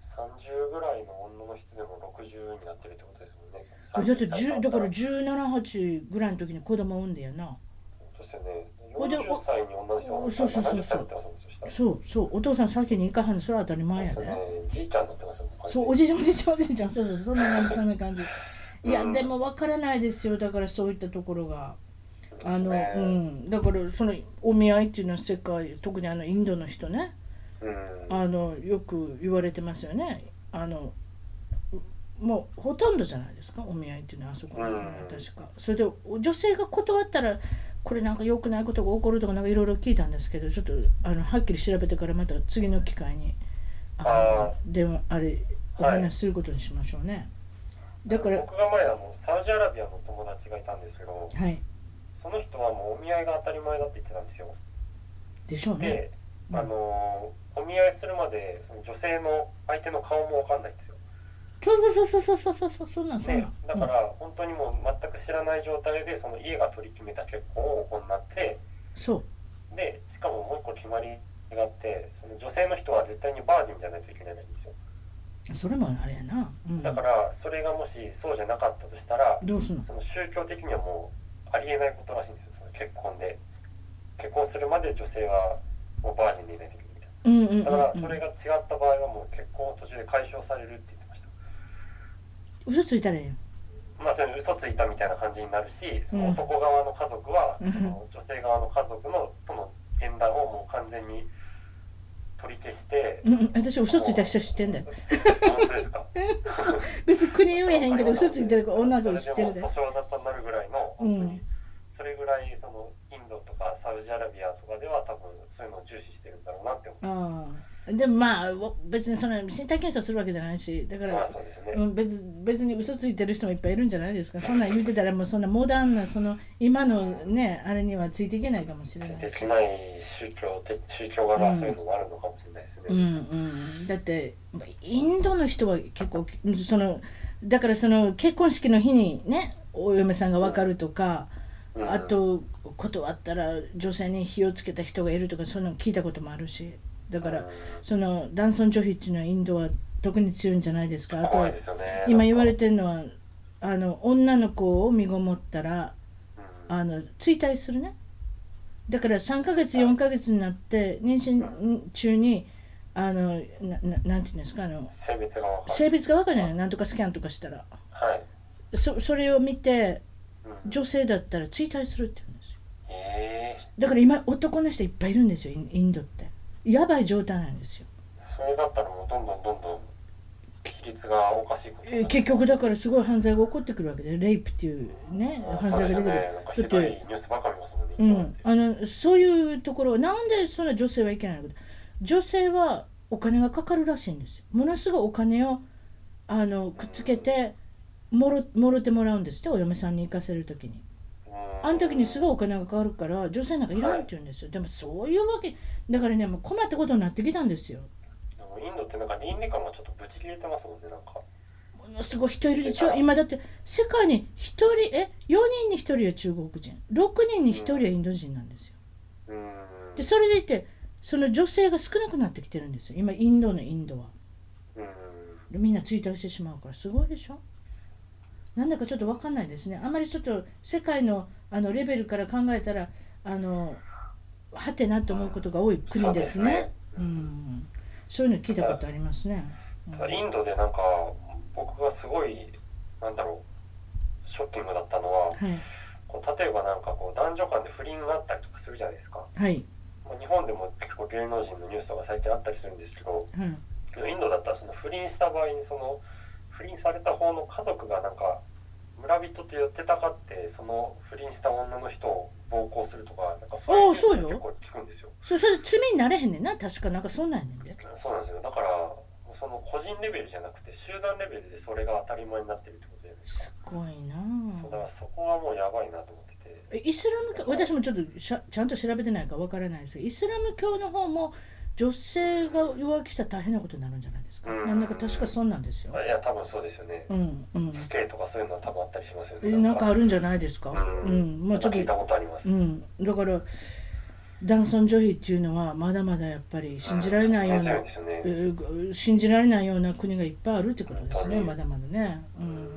30ぐらいの女の人でも60になってるってことですもんね。だ30って10だからそう178ぐらいの時に子供産んだよなですよね。ほいでお40歳に女の人がそうそうそうそう70歳になってますもん、そしたら。そうそうお父さん先に行かはんのそれは当たり前やそで、うですね。じいちゃんになってますもん、完全そうにおじいちゃんおじいちゃんおじいちゃんそうそうそんな感じそんな感じいやうんでも分からないですよだからそういったところがあの、ねうんだからそのお見合いっていうのは世界特にあのインドの人ねうん。あのよく言われてますよねあのもうほとんどじゃないですかお見合いっていうのはあそこのうん確かそれでお女性が断ったらこれなんか良くないことが起こるとかなんかいろいろ聞いたんですけどちょっとあのはっきり調べてからまた次の機会にああの電話あれお話しすることにしましょうね、だから僕が前あのサウジアラビアの友達がいたんですけどはいその人はもうお見合いが当たり前だって言ってたんですよでしょうねで、あのーお見合いするまでその女性の相手の顔もわかんないんですよ、そうそうそうそうそうそうそうそんなんそんねなん、だから本当にもう全く知らない状態でその家が取り決めた結婚を行ってそうでしかももう一個決まりがあってその女性の人は絶対にバージンじゃないといけないらしいんですよそれもあれやな、うん、だからそれがもしそうじゃなかったとしたらどうすんのその宗教的にはもうありえないことらしいんですよその結婚で結婚するまで女性はもうバージンでいないといけないみたいうんうんうん、うん、なだからそれが違った場合はもう結婚を途中で解消されるって言ってました嘘ついたらええよまあそれ嘘ついたみたいな感じになるしそうんの男側の家族はうんその女性側の家族のとの縁談をもう完全に取り消してうんうん、私嘘ついた人知ってんだよ本当で すか別に国言えへんけど嘘ついてる女の子知ってるでそれでも訴訟沙汰になるぐらいのうん本当にそれぐらいそのインドとかサウジアラビアとかでは多分そういうのを重視してるんだろうなって思います。ああでもまあお別にその身体検査するわけじゃないしだかまらあそうですね。うん別別に嘘ついてる人もいっぱいいるんじゃないですかそんなん言うてたらもうそんなモダンなその今のねあれにはついていけないかもしれないできない宗教で宗教がまあそういうのもあるのかもしれないですね。うんうん、だってインドの人は結構そのだからその結婚式の日にねお嫁さんが分かるとか、うんあと断ったら女性に火をつけた人がいるとかそういうの聞いたこともあるしだから、その男尊女卑っていうのはインドは特に強いんじゃないですかあと怖はいですよね。今言われて、てるのはあの女の子を身ごもったらうんあの追体するねだから3ヶ月4ヶ月になって妊娠中にあのなななんていうんですかあの性別が分か性別が分かんないのなんとかスキャンとかしたらる。はい。そそれを見てうん女性だったら追体するって言うんですよええだから今男の人いっぱいいるんですよインインドってやばい状態なんですよそれだったらもうどんどんどんどん比率がおかしいことになえるー結局だからすごい犯罪が起こってくるわけでレイプっていうねうん犯そう罪ですがよ出てね。なんかくひるだっどいニてュースばかりますもんね。う今っんて、あのそういうところなんでそんな女性はいけないのか女性はお金がかかるらしいんですよものすごいお金をあのくっつけてもろもろてもらうんですってお嫁さんに行かせる時にうんあの時にすごいお金がかかるから女性なんかいらないって言うんですよでもそういうわけだからねもう困ったことになってきたんですよでもインドってなんか倫理観がちょっとブチ切れてますもんねなんかものすごい人いるでしょ今だって世界に1人え4人に1人は中国人6人に1人はインド人なんですようんでそれでいてその女性が少なくなってきてるんですよ今インドのインドはうんでみんな追体してしまうからすごいでしょなんだかちょっと分かんないですねあまりちょっと世界のあのレベルから考えたらあのはてなと思うことが多い国ですねそうですねうん、そういうの聞いたことありますね、ただインドでなんか僕がすごいなんだろうショッキングだったのははいこう例えばなんかこう男女間で不倫があったりとかするじゃないですかはい、まあ日本でも結構芸能人のニュースとか最近あったりするんですけどはい、インドだったらその不倫した場合にその不倫された方の家族がなんか村人と寄ってたかってその不倫した女の人を暴行するとかなんかそういうニュースああそうよを結構聞くんですよそそれ罪になれへんねんな確かなんかそんなんやねんでそうなんですよだからその個人レベルじゃなくて集団レベルでそれが当たり前になってるってことじゃないですすごいなか、そうだからそこはもうやばいなと思っててえイスラム教私もちょっとしゃちゃんと調べてないからわからないですけどイスラム教の方も女性が浮気したら大変なことになるんじゃないですか、うんなんだか確かそんなんですよあいや多分そうですよね、うんうん死刑とかそういうのは多分あったりしますよえねなんかあるんじゃないですかう、うんんまあちょ聞いたっことありまとす、うんだから男尊女卑っていうのはまだまだやっぱり信じられないようなうんそうですよえねー信じられないような国がいっぱいあるってことですね、本当にまだまだね。うん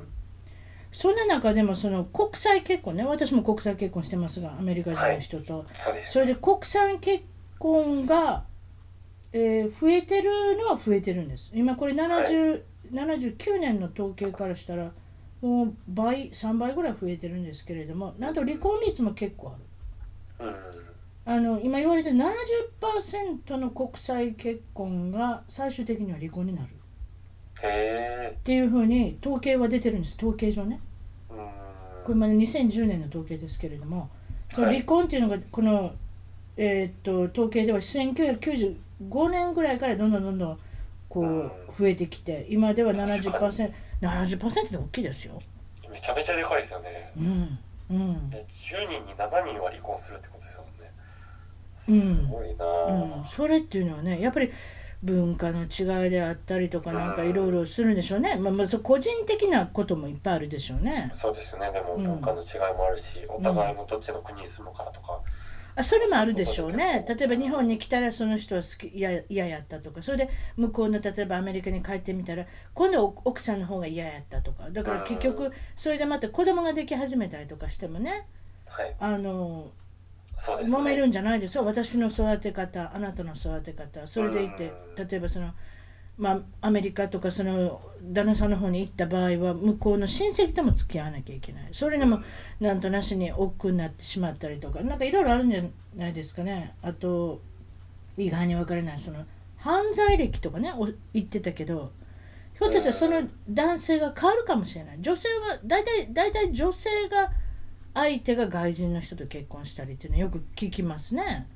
そんな中でもその国際結婚ね私も国際結婚してますがアメリカ人の人と、そうですそれで国産結婚が、えー増えてるのは増えてるんです今これ70、79年の統計からしたらもう倍3倍ぐらい増えてるんですけれどもなんと離婚率も結構あるうんあの今言われてる70%の国際結婚が最終的には離婚になるっへえていうふうに統計は出てるんです統計上ねうんこれまで2010年の統計ですけれども、そのはい離婚っていうのがこの、えーっと統計では1995年ぐらいからどんどんどんどんこうんう増えてきて今では 70%70% って大きいですよ。めちゃめちゃでかいですよねうんうんで10人に7人は離婚するってことですもんねすごいなうん、それっていうのはねやっぱり文化の違いであったりとかなんかいろいろするんでしょうね、まあ、まあそう個人的なこともいっぱいあるでしょうねそうですよねでもうん文化の違いもあるし、お互いのどっちの国に住むからとか、あそれもあるでしょうね例えば日本に来たらその人は好き嫌や嫌やったとかそれで向こうの例えばアメリカに帰ってみたら今度は奥さんの方が嫌やったとかだから結局それでまた子供ができ始めたりとかしてもねはいあのそうです揉よめねるんじゃないですよ私の育て方あなたの育て方それでいて例えばその、まあ、アメリカとかその旦那さんの方に行った場合は向こうの親戚とも付き合わなきゃいけないそれでもなんとなしに億劫になってしまったりとかなんかいろいろあるんじゃないですかねあと意外に分からないその犯罪歴とかねお言ってたけどひょっとしたらその男性が変わるかもしれない女性は大体大体女性が相手が外人の人と結婚したりっていうのよく聞きますね。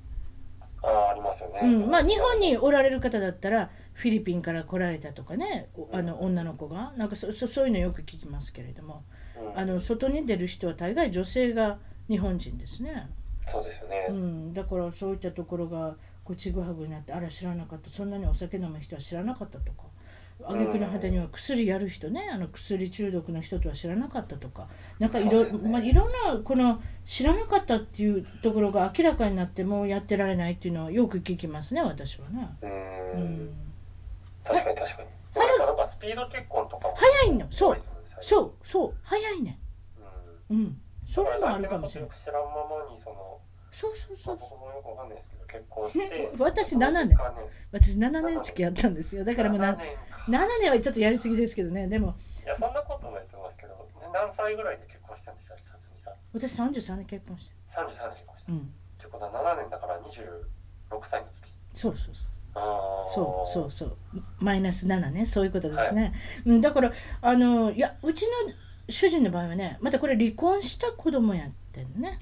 ああありますよね、うん、まあ日本におられる方だったらフィリピンから来られたとかねおあの女の子がなんかそそそういうのよく聞きますけれどもうんあの外に出る人は大概女性が日本人ですね、そうですようね、ん、だからそういったところがこうちぐはぐになってあら知らなかったそんなにお酒飲む人は知らなかったとか挙句の果てには薬やる人ねあの薬中毒の人とは知らなかったとかなんかいろ,、そうですねまあ、いろんなこの知らなかったっていうところが明らかになってもうやってられないっていうのはよく聞きますね私はね。うーうんん確かに確かにでもなんかなんかスピード結婚とかも早いの多そいうですもんね最近そうそう早いねうんうんそういうのはあ相る手かのもこしとれなよいく知らんままにその、そうそうまそあ、う僕もよくわかんないですけど結婚して、ね私7年かね私7年付き合ったんですよだからもうな7 7年か年はちょっとやりすぎですけどねでもいやそんなことないと思いますけどで何歳ぐらいで結婚したんですか辰巳さん私33年結婚して33で結婚した、るうっんてことは7年だから26歳の時そうそうそうああそうそうそうマイナス7ねそういうことですね、うんだからあのいやうちの主人の場合はねまたこれ離婚した子供やってんね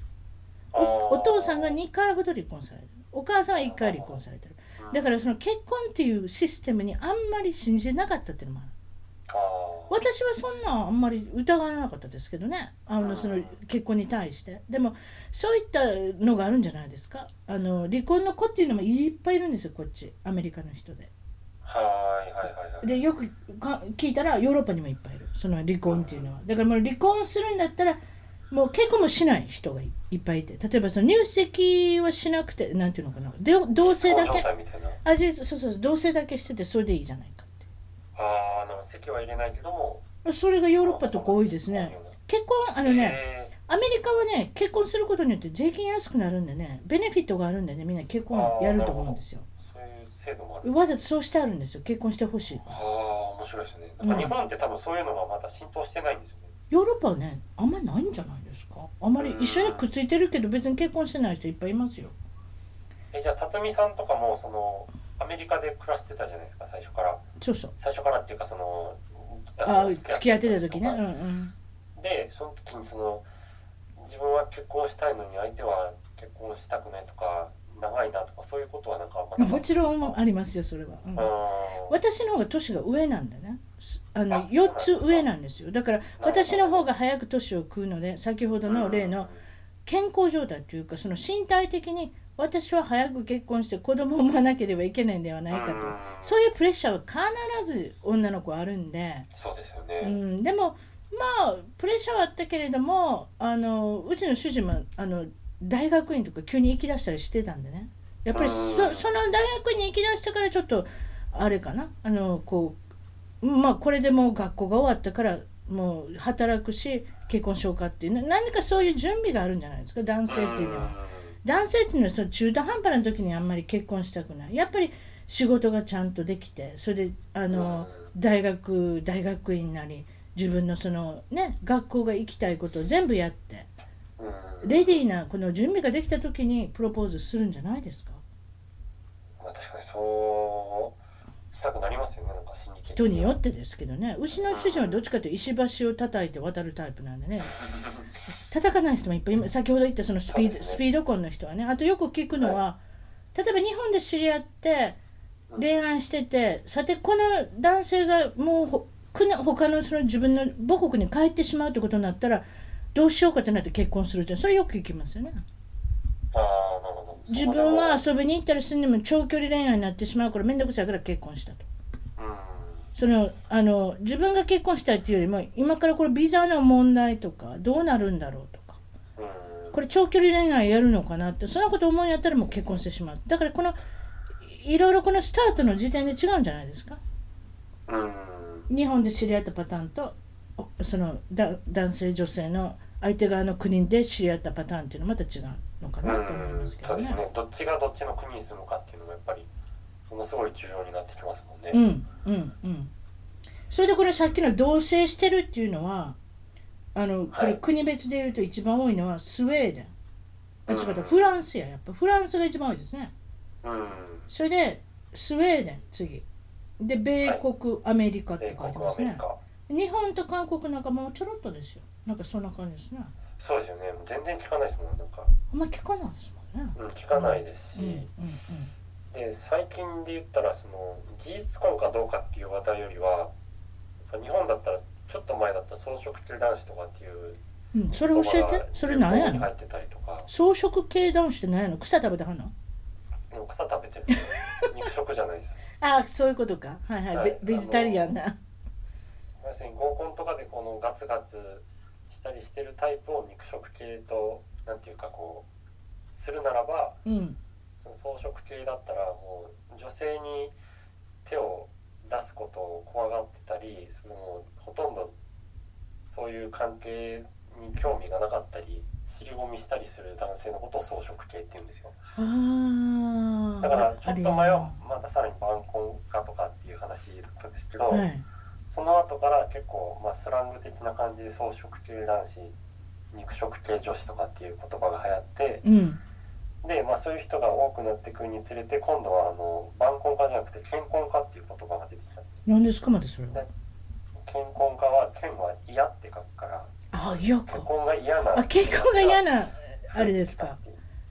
おお父さんがに2回ほど離婚されてるお母さんは1回離婚されてるだからその結婚っていうシステムにあんまり信じてなかったっていうのもあるあー私はそんなあんまり疑わなかったですけどねあのその結婚に対してでもそういったのがあるんじゃないですかあの離婚の子っていうのもいっぱいいるんですよこっちアメリカの人ではーいはいはいはいでよくか聞いたらヨーロッパにもいっぱいいるその離婚っていうのはだからもう離婚するんだったらもう結婚もしない人がいいっぱいいて例えばその入籍はしなくてなんていうのかなで同棲だ失踪け状態みたいなあじゃあそうそうそう同棲だけしててそれでいいじゃないかってああなんか籍は入れないけどもそれがヨーロッパとか多いですね結婚あのね、えアメリカはね結婚することによって税金安くなるんでねベネフィットがあるんでねみんな結婚やると思うんですよーそういう制度もあるわざとそうしてあるんですよ結婚してほしいああ面白いですねなんか日本って多分そういうのがまだ浸透してないんですよねヨーロッパはねあんまりないんじゃないですかあんまり一緒にくっついてるけど別に結婚してない人いっぱいいますよえじゃあ辰巳さんとかもそのアメリカで暮らしてたじゃないですか最初からそうそう最初からっていうかそのあ付き合ってた時ねとうんかうんでその時にその自分は結婚したいのに相手は結婚したくないとか長いなとかそういうことはなんかあんまなかもったちろん ありますよそれは、うんう私の方が年が上なんだねすあのあ4つ上なんですよだから私の方が早く年を食うので先ほどんの例の健康状態というかその身体的に私は早く結婚して子供を産まなければいけないんではないかとうんそういうプレッシャーは必ず女の子はあるんで、そうですようね、ん、でもまあプレッシャーはあったけれどもあのうちの主人もあの大学院とか急に行き出したりしてたんでねやっぱりそ,、うんその大学に行き出したからちょっとあれかなあのこうまあこれでもう学校が終わったからもう働くし結婚しようかっていうな何かそういう準備があるんじゃないですか男性っていうのは。男性っていうのはその中途半端な時にあんまり結婚したくないやっぱり仕事がちゃんとできてそれであの大学大学院なり自分のそのね学校が行きたいことを全部やってうんうんレディーなこの準備ができた時にプロポーズするんじゃないですかまあ、確かにそうしたくなりますよねなんか心理的人によってですけどねうちの主人はどっちかというと石橋を叩いて渡るタイプなんでね叩かない人もいっぱい今先ほど言ったそのスピードそうですねスピード婚の人はねあとよく聞くのは、例えば日本で知り合って恋愛しててさてこの男性がもうほくな他のその自分の母国に帰ってしまうってことになったらどうしようかってなって結婚するってそれよく聞きますよねああなるほど自分はそ遊びに行ったりするのも長距離恋愛になってしまうから面倒くさいから結婚したと。こでもそのあの自分が結婚したいっていうよりも今からこれビザの問題とかどうなるんだろうとかうんうんこれ長距離恋愛やるのかなってそんなこと思うんやったらもう結婚してしまうだからこのいいろいろこのスタートの時点で違うんじゃないですかうん日本で知り合ったパターンとおそのだ男性女性の相手側の国で知り合ったパターンっていうのはまた違うのかなと思いますけそどうでねす。ねどっちがどっちの国に住むかっていうのもやっぱりものすごい重要になってきますもんね、うんうんうんそれでこれさっきの同棲してるっていうのはあのこれはい国別でいうと一番多いのはスウェーデン、あうん違ったフランスややっぱフランスが一番多いですねうんそれでスウェーデン次で米国、アメリカっ米て書いて国まアすメリねカ日本と韓国なんかもうちょろっとですよなんかそんな感じですねそうですよねもう全然聞かないですもんなんか、あんま聞かないですもんね。うん、聞かないですし、うんうんで最近で言ったらその事実婚かどうかっていう話題よりはやっぱ日本だったらちょっと前だったら草食系男子とかっていううん、うん、それ教えてそれ何や流行のに入ってたりとか草食系男子って何やの草食べたはんのもう草食べてる肉食じゃないです ああそういうことかはいはい、はいベベジタリアンな要するに合コンとかでこのガツガツしたりしてるタイプを肉食系となんていうかこうするならばうんその草食系だったらもう女性に手を出すことを怖がってたりそのもうほとんどそういう関係に興味がなかったり尻込みしたりする男性のことを草食系って言うんですよああだからちょっと前ははまたさらに晩婚化とかっていう話だったんですけど、はいその後から結構、まあ、スラング的な感じで草食系男子肉食系女子とかっていう言葉が流行ってうんで、まあ、そういう人が多くなってくるにつれて今度はあの晩婚化じゃなくて健婚化っていう言葉が出てきたんです何ですかまたそれは健婚化は健は嫌って書くからあ嫌か結婚が嫌なあ結婚が嫌なあれですか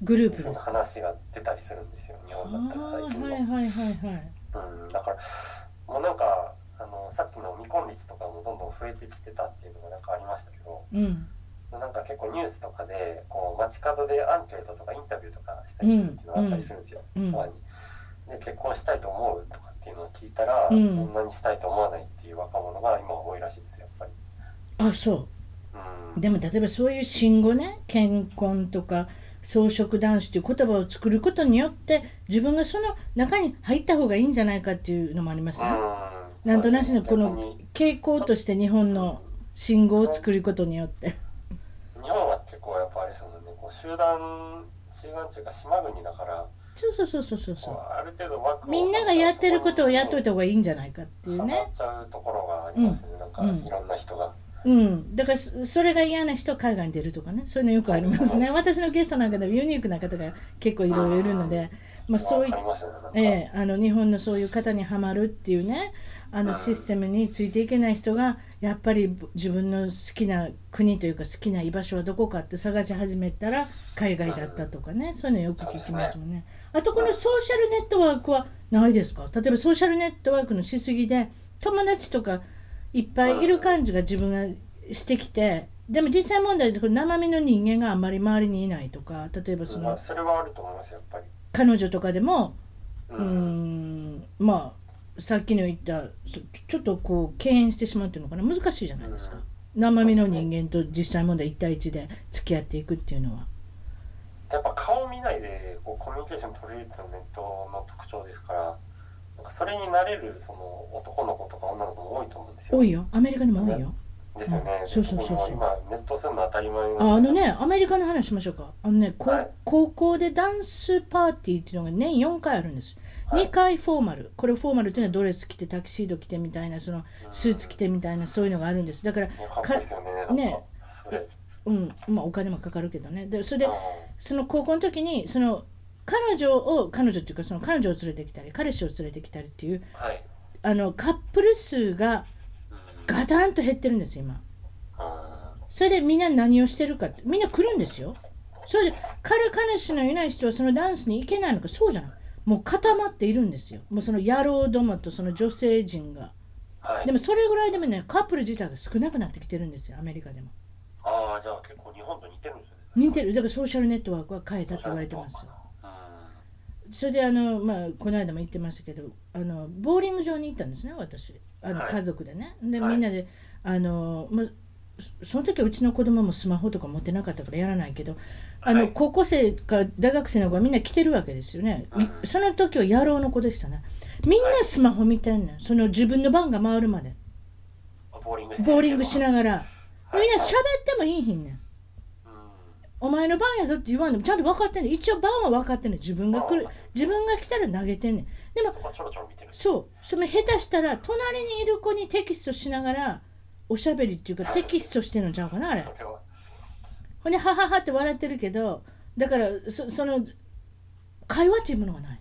グループそでのすか話が出たりするんですよ日ああ本だったら最近はいははいはいはいうん、だからもうなんかあのさっきの未婚率とかもどんどん増えてきてたっていうのがなんかありましたけど、うんなんか結構ニュースとかでこう街角でアンケートとかインタビューとかしたりするっていうのがあったりするんですよ、うんうんたまにで結婚したいと思うとかっていうのを聞いたら、うんそんなにしたいと思わないっていう若者が今多いらしいですよやっぱりあそううんでも例えばそういう新語ね健婚とか草食男子という言葉を作ることによって自分がその中に入った方がいいんじゃないかっていうのもありますよ、うなんとなしのこ逆のに傾向として日本の信号を作ることによって日本は結構やっぱあれですもんねこう集団集団っていうか島国だからそうそうそうそうそうそこうある程度枠うみんながやってることをやっといてた方がいいんじゃないかっていうねっちゃうところがありますよね、なんかうんいろんな人が、うんだからそそれが嫌な人は海外に出るとかねそういうのよくありますね私のゲストなんかでもユニークな方が結構いろいろいるのでまあそういありますよねなんか、ええ、あの日本のそういう方にはまるっていうねあのシステムについていけない人がやっぱり自分の好きな国というか好きな居場所はどこかって探し始めたら海外だったとかねそういうのよく聞きますもんね。あとこのソーシャルネットワークはないですか例えばソーシャルネットワークのしすぎで友達とかいっぱいいる感じが自分がしてきてでも実際問題でこれ生身の人間があんまり周りにいないとか例えばそまあのそれはあると思いますよやっぱり彼女とかでもううーんまあさっきの言ったちょちょっとこう敬遠してしまうっていうのかな難しいじゃないですか、生身の人間と実際問題一対一で付き合っていくっていうのはやっぱ顔見ないでこうコミュニケーション取れるっていうのがネットの特徴ですからなんかそれに慣れるその男の子とか女の子も多いと思うんですよ多いよアメリカでも多いよですよねそうそうそうそう僕も今ネットするの当たり前ああのねあアメリカの話しましょうかあのね、こうはい高校でダンスパーティーっていうのが年4回あるんですはい2回フォーマルこれフォーマルっていうのはドレス着てタキシード着てみたいなそのスーツ着てみたいなそういうのがあるんですだからかっこいいですよねなんかねそれうんまあお金もかかるけどねでそれでうんその高校の時にその彼女を彼女っていうかその彼女を連れてきたり彼氏を連れてきたりっていうはいあのカップル数がガタンと減ってるんです今うんそれでみんな何をしてるかってみんな来るんですよそれで彼彼氏のいない人はそのダンスに行けないのかそうじゃないもう固まっているんですよもうその野郎どもとその女性陣がはいでもそれぐらいでもねカップル自体が少なくなってきてるんですよアメリカでもああじゃあ結構日本と似てるんですよね似てるだからソーシャルネットワークは変えたと言われてますうんそれであの、まあ、この間も言ってましたけどあのボーリング場に行ったんですね私あのはい家族でね。ではいみんなであの、まあ、そその時はうちの子供もスマホとか持ってなかったからやらないけどあの、はい高校生か大学生の子はみんな来てるわけですよね、いその時は野郎の子でしたねみんなスマホ見てんねんその自分の番が回るまでボーリングしてるボーリングしながらみんなはい喋ってもいいひんねん。うんお前の番やぞって言わんでもちゃんと分かってんねん一応番は分かってんねん自分が来る自分が来たら投げてんねんでもそこちょろちょろ見てるそうその下手したら隣にいる子にテキストしながらおしゃべりっていうかテキストしてるのちゃうかなあれそれはほんでハハハって笑ってるけどだからそその会話というものがない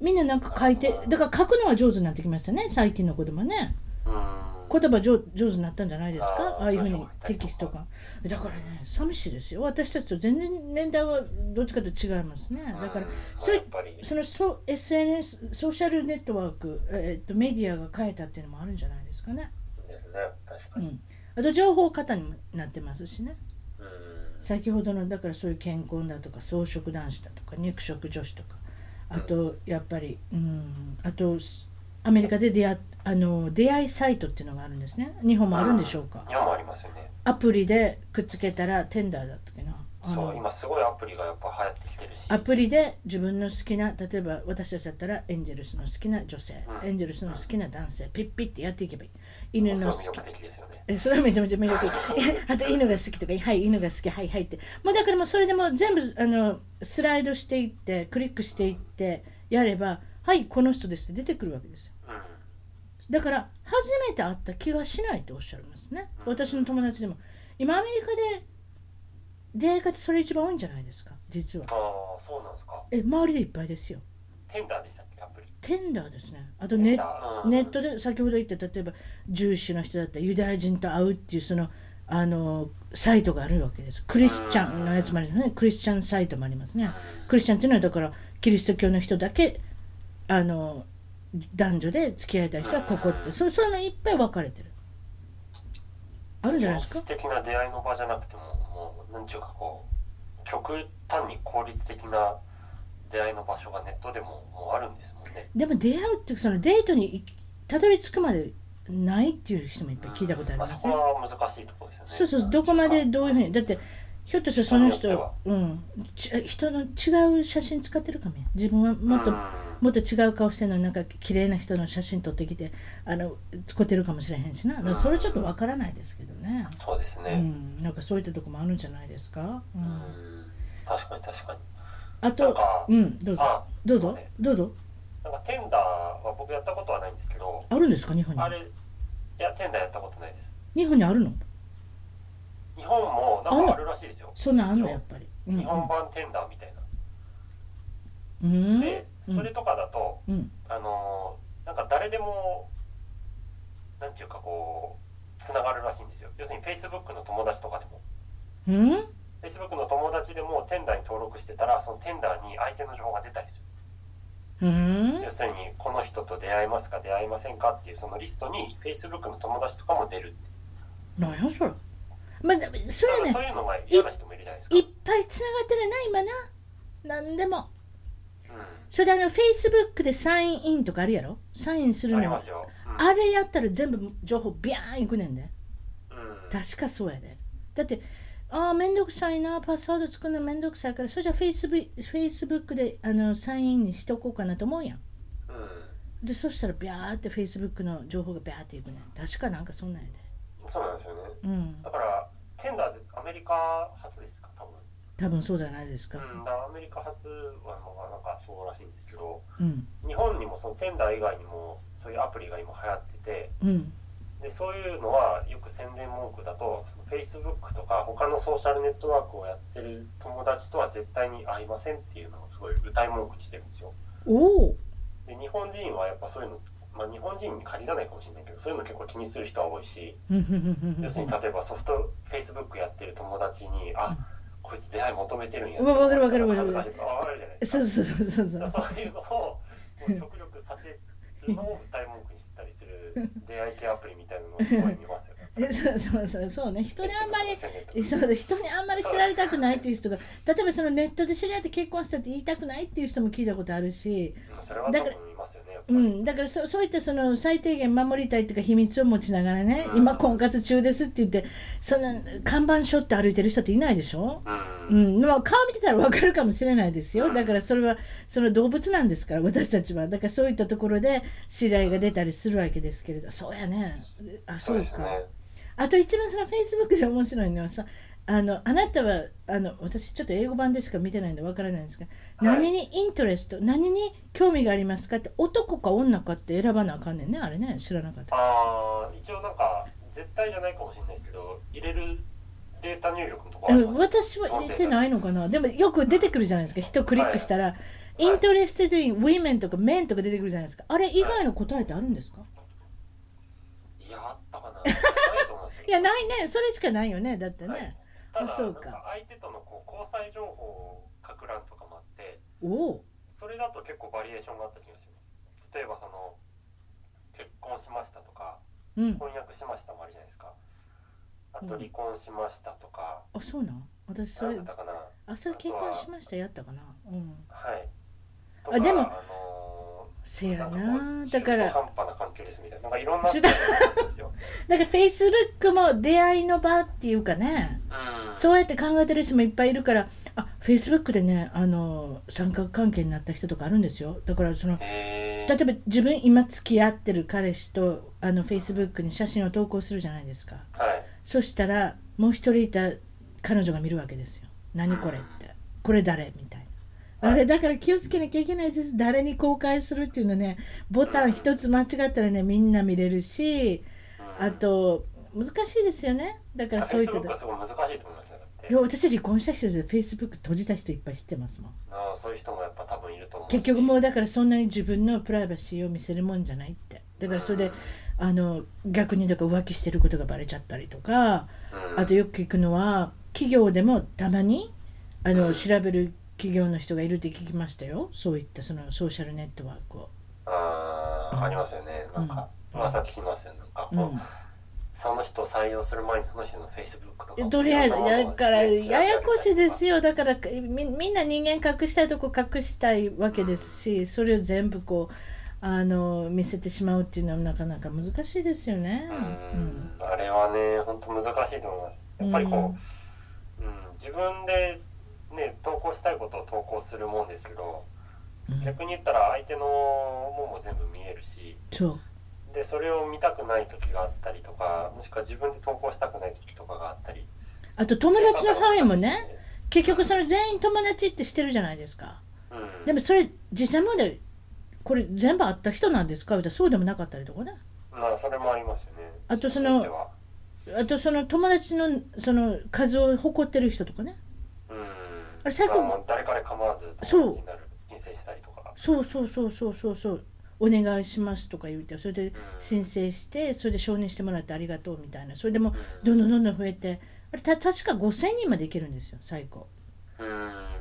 みんななんか書いてだから書くのは上手になってきましたね最近の子供ねうんうん言葉上上手になったんじゃないですかああーあいうふう文章にが入ったテりとかキストがだからね寂しいですよ私たちと全然年代はどっちかと違いますねだからうんそやれっぱりそのそう SNS ソーシャルネットワーク、えーっとメディアが変えたっていうのもあるんじゃないですかね、ですね確かうに、ん、あと情報過多にもなってますしねうん先ほどのだからそういう健康だとか草食男子だとか肉食女子とかあとやっぱりうんあとすアメリカで出会あの出会いサイトっていうのがあるんですね日本もあるんでしょうか日本もありますよねアプリでくっつけたらテンダーだったっけなあそうの今すごいアプリがやっぱ流行ってきてるしアプリで自分の好きな例えば私たちだったらエンジェルスの好きな女性エンジェルスの好きな男性ピッピッてやっていけばいい犬のすごい魅好き力的ですよねえそれはめちゃめちゃ魅力 的あと犬が好きとかはい犬が好きはいはいってもうだからもうそれでもう全部あのスライドしていってクリックしていってやればはいこの人ですって出てくるわけですようんだから初めて会った気がしないとおっしゃいますね私の友達でも今アメリカで出会い方それ一番多いんじゃないですか実はああそうなんですかえ周りでいっぱいですよテンダーでしたっけアプリテンダーですねあとネ Tinder うんネットで先ほど言った例えばジューシーの人だったらユダヤ人と会うっていうそのあのサイトがあるわけですクリスチャンのやつもありますねクリスチャンサイトもありますねクリスチャンっていうのはだからキリスト教の人だけあの男女で付き合いたい人はここってそうそういうのいっぱい分かれてるあるんじゃないです素か敵な出会いの場じゃなくてももう何ていうかこう極端に効率的な出会いの場所がネットでももうあるんですもんねでも出会うっていうかそのデートにたどり着くまでないっていう人もいっぱい聞いたことありままあ、すそねこは難しいところですよねそうそうどこまでどういうふうにだってひょっとしたらその人人にようん、ち人の違う写真使ってるかもよ自分はもっと、うんもっと違う顔してるのになんか綺麗な人の写真撮ってきてあの使ってるかもしれへんしなだからそれちょっとわからないですけどね、そうですうねん、なんかそういったとこもあるんじゃないですか、う、うんん確かに確かにあなんとかうんどうぞあどうすいぞませんどうぞなんかテンダーは僕やったことはないんですけどあるんですか日本にあれいやテンダーやったことないです日本にあるの日本もなんかあるらしいですよそんなんあんのそうやっぱりうん日本版テンダーみたいな、うんでそれとかだと、うんあのーなんか誰でもなんていうかこうつながるらしいんですよ要するに Facebook の友達とかでもうん Facebook の友達でもテンダーに登録してたらそのテンダーに相手の情報が出たりすうんる要するにこの人と出会えますか出会えませんかっていうそのリストに Facebook の友達とかも出るってなんやそれまあでもそれなはんねかそういうのが嫌な人もいるじゃないですかいっぱいつながってるな今な何でもうそれであのフェイスブックでサインインとかあるやろサインするのん、ありますよ、うんあれやったら全部情報ビャーンいくねんでうん確かそうやでだってああめんどくさいなパスワード作るのめんどくさいからそれじゃフェイスブフェイスブックであのサインインにしとこうかなと思うやんうでそしたらビャーってフェイスブックの情報がビャーっていくねん確かなんかそんなんやでん、そうなんですよねうんだからテンダーでアメリカ初ですか多分多分そうじゃないですかうん、だからアメリカ初はまあなんかそうらしいんですけどうん日本にもそのテンダー以外にもそういうアプリが今流行っててうんでそういうのはよく宣伝文句だとその Facebook とか他のソーシャルネットワークをやってる友達とは絶対に会いませんっていうのをすごい歌い文句にしてるんですよおおで日本人はやっぱそういうの、まあ、日本人に限らないかもしれないけどそういうの結構気にする人は多いしうんうんうんうんうん要するに例えばソフト Facebook やってる友達にあこいつ出会い求めてるんやうわわかるわかるわわかるわかるじゃないですそかうそうそうそうそうそういうのをもう極力避けるのを歌い文句にしたりする出会い系アプリみたいなのをすごい見ますよ。えそうそうそうそうね人にあんまりえり。そうだ人にあんまり知られたくないっていう人が例えばそのネットで知り合って結婚したって言いたくないっていう人も聞いたことあるし、それは多分見ますよね。やっぱうりん、だからそそういったその最低限守りたいっていうか秘密を持ちながらね今婚活中ですって言ってそんな看板背負って歩いてる人っていないでしょうんうん、まあ顔見てたらわかるかもしれないですよだからそれはその動物なんですから私たちはだからそういったところで知り合いが出たりするわけですけれどそうやねあそそううですよか。ね。あと一番そのフェイスブックで面白いのはさあのあなたはあの私ちょっと英語版でしか見てないんでわからないんですが、はい何にイントレスト何に興味がありますかって男か女かって選ばなあかんねんねあれね知らなかったああ一応なんか絶対じゃないかもしれないですけど入れるデータ入力のとこあうりんます。私は入れてないのかなでもよく出てくるじゃないですか人クリックしたら、いイントレスティンウィメンとかメンとか出てくるじゃないですかあれ以外の答えってあるんですか、。いやあったかないと思うんですよいやないねそれしかないよねだってね、はいただあそうなんかか相手とのこう交際情報を書く欄とかもあっておおそれだと結構バリエーションがあった気がします例えばその結婚しましたとかうん婚約しましたもあるじゃないですかあうとん離婚しましたとか、あそうなん私そ何れだったかなあそれ結婚しましたやったかなうんはいとあでものせーやなんかなこうだから中途半端な関係ですみたいななんかいろんな中途あったんですよ、なんかフェイスブックも出会いの場っていうかねうん、そうやって考えてる人もいっぱいいるからあフェイスブックでねあの三角関係になった人とかあるんですよだからそのへ例えば自分今付き合ってる彼氏とあのフェイスブックに写真を投稿するじゃないですかーはいそしたらもう一人いた彼女が見るわけですよ何これってこれ誰みたいなあれだから気をつけなきゃいけないです誰に公開するっていうのねボタン一つ間違ったらねみんな見れるしあと難しいですよねだからフそェういイっスたブックはすごい難しいと思いますよだっいてや私離婚した人でフェイスブック閉じた人いっぱい知ってますもんああそういう人もやっぱ多分いると思うし結局もうだからそんなに自分のプライバシーを見せるもんじゃないってだからそれであの逆にだから浮気してることがバレちゃったりとかうんあとよく聞くのは企業でもたまにあの調べる企業の人がいるって聞きましたよそういったそのソーシャルネットワークを。あーありますよねなんか、噂聞きますよなんか、こううんその人を採用する前にその人のフェイスブックとかとりあえずだからややこしいですよよだからみみんな人間隠したいとこ隠したいわけですしそれを全部こうあの見せてしまうっていうのはなかなか難しいですよね。うん、あれはね本当難しいと思いますやっぱりこう、うん自分でね投稿したいことを投稿するもんですけどうん逆に言ったら相手のもんも全部見えるしそうでそれを見たくない時があったりとかもしくは自分で投稿したくない時とかがあったりあと友達の範囲もね結局その全員友達ってしてるじゃないですか。うんでもそれ実際までこれ全部あった人なんですか言うたらそうでもなかったりとかね。まあそれもありますよねあとその人によっあとその友達のその数を誇ってる人とかね。てはうんあれ最後まあ誰彼構わずそう友達になる申請したりとかそうそうそうそうそうそうお願いしますとか言うてそれで申請してそれで承認してもらってありがとうみたいなそれでもうどんどんどんどん増えてあれた確か5000人までいけるんですよ最高うん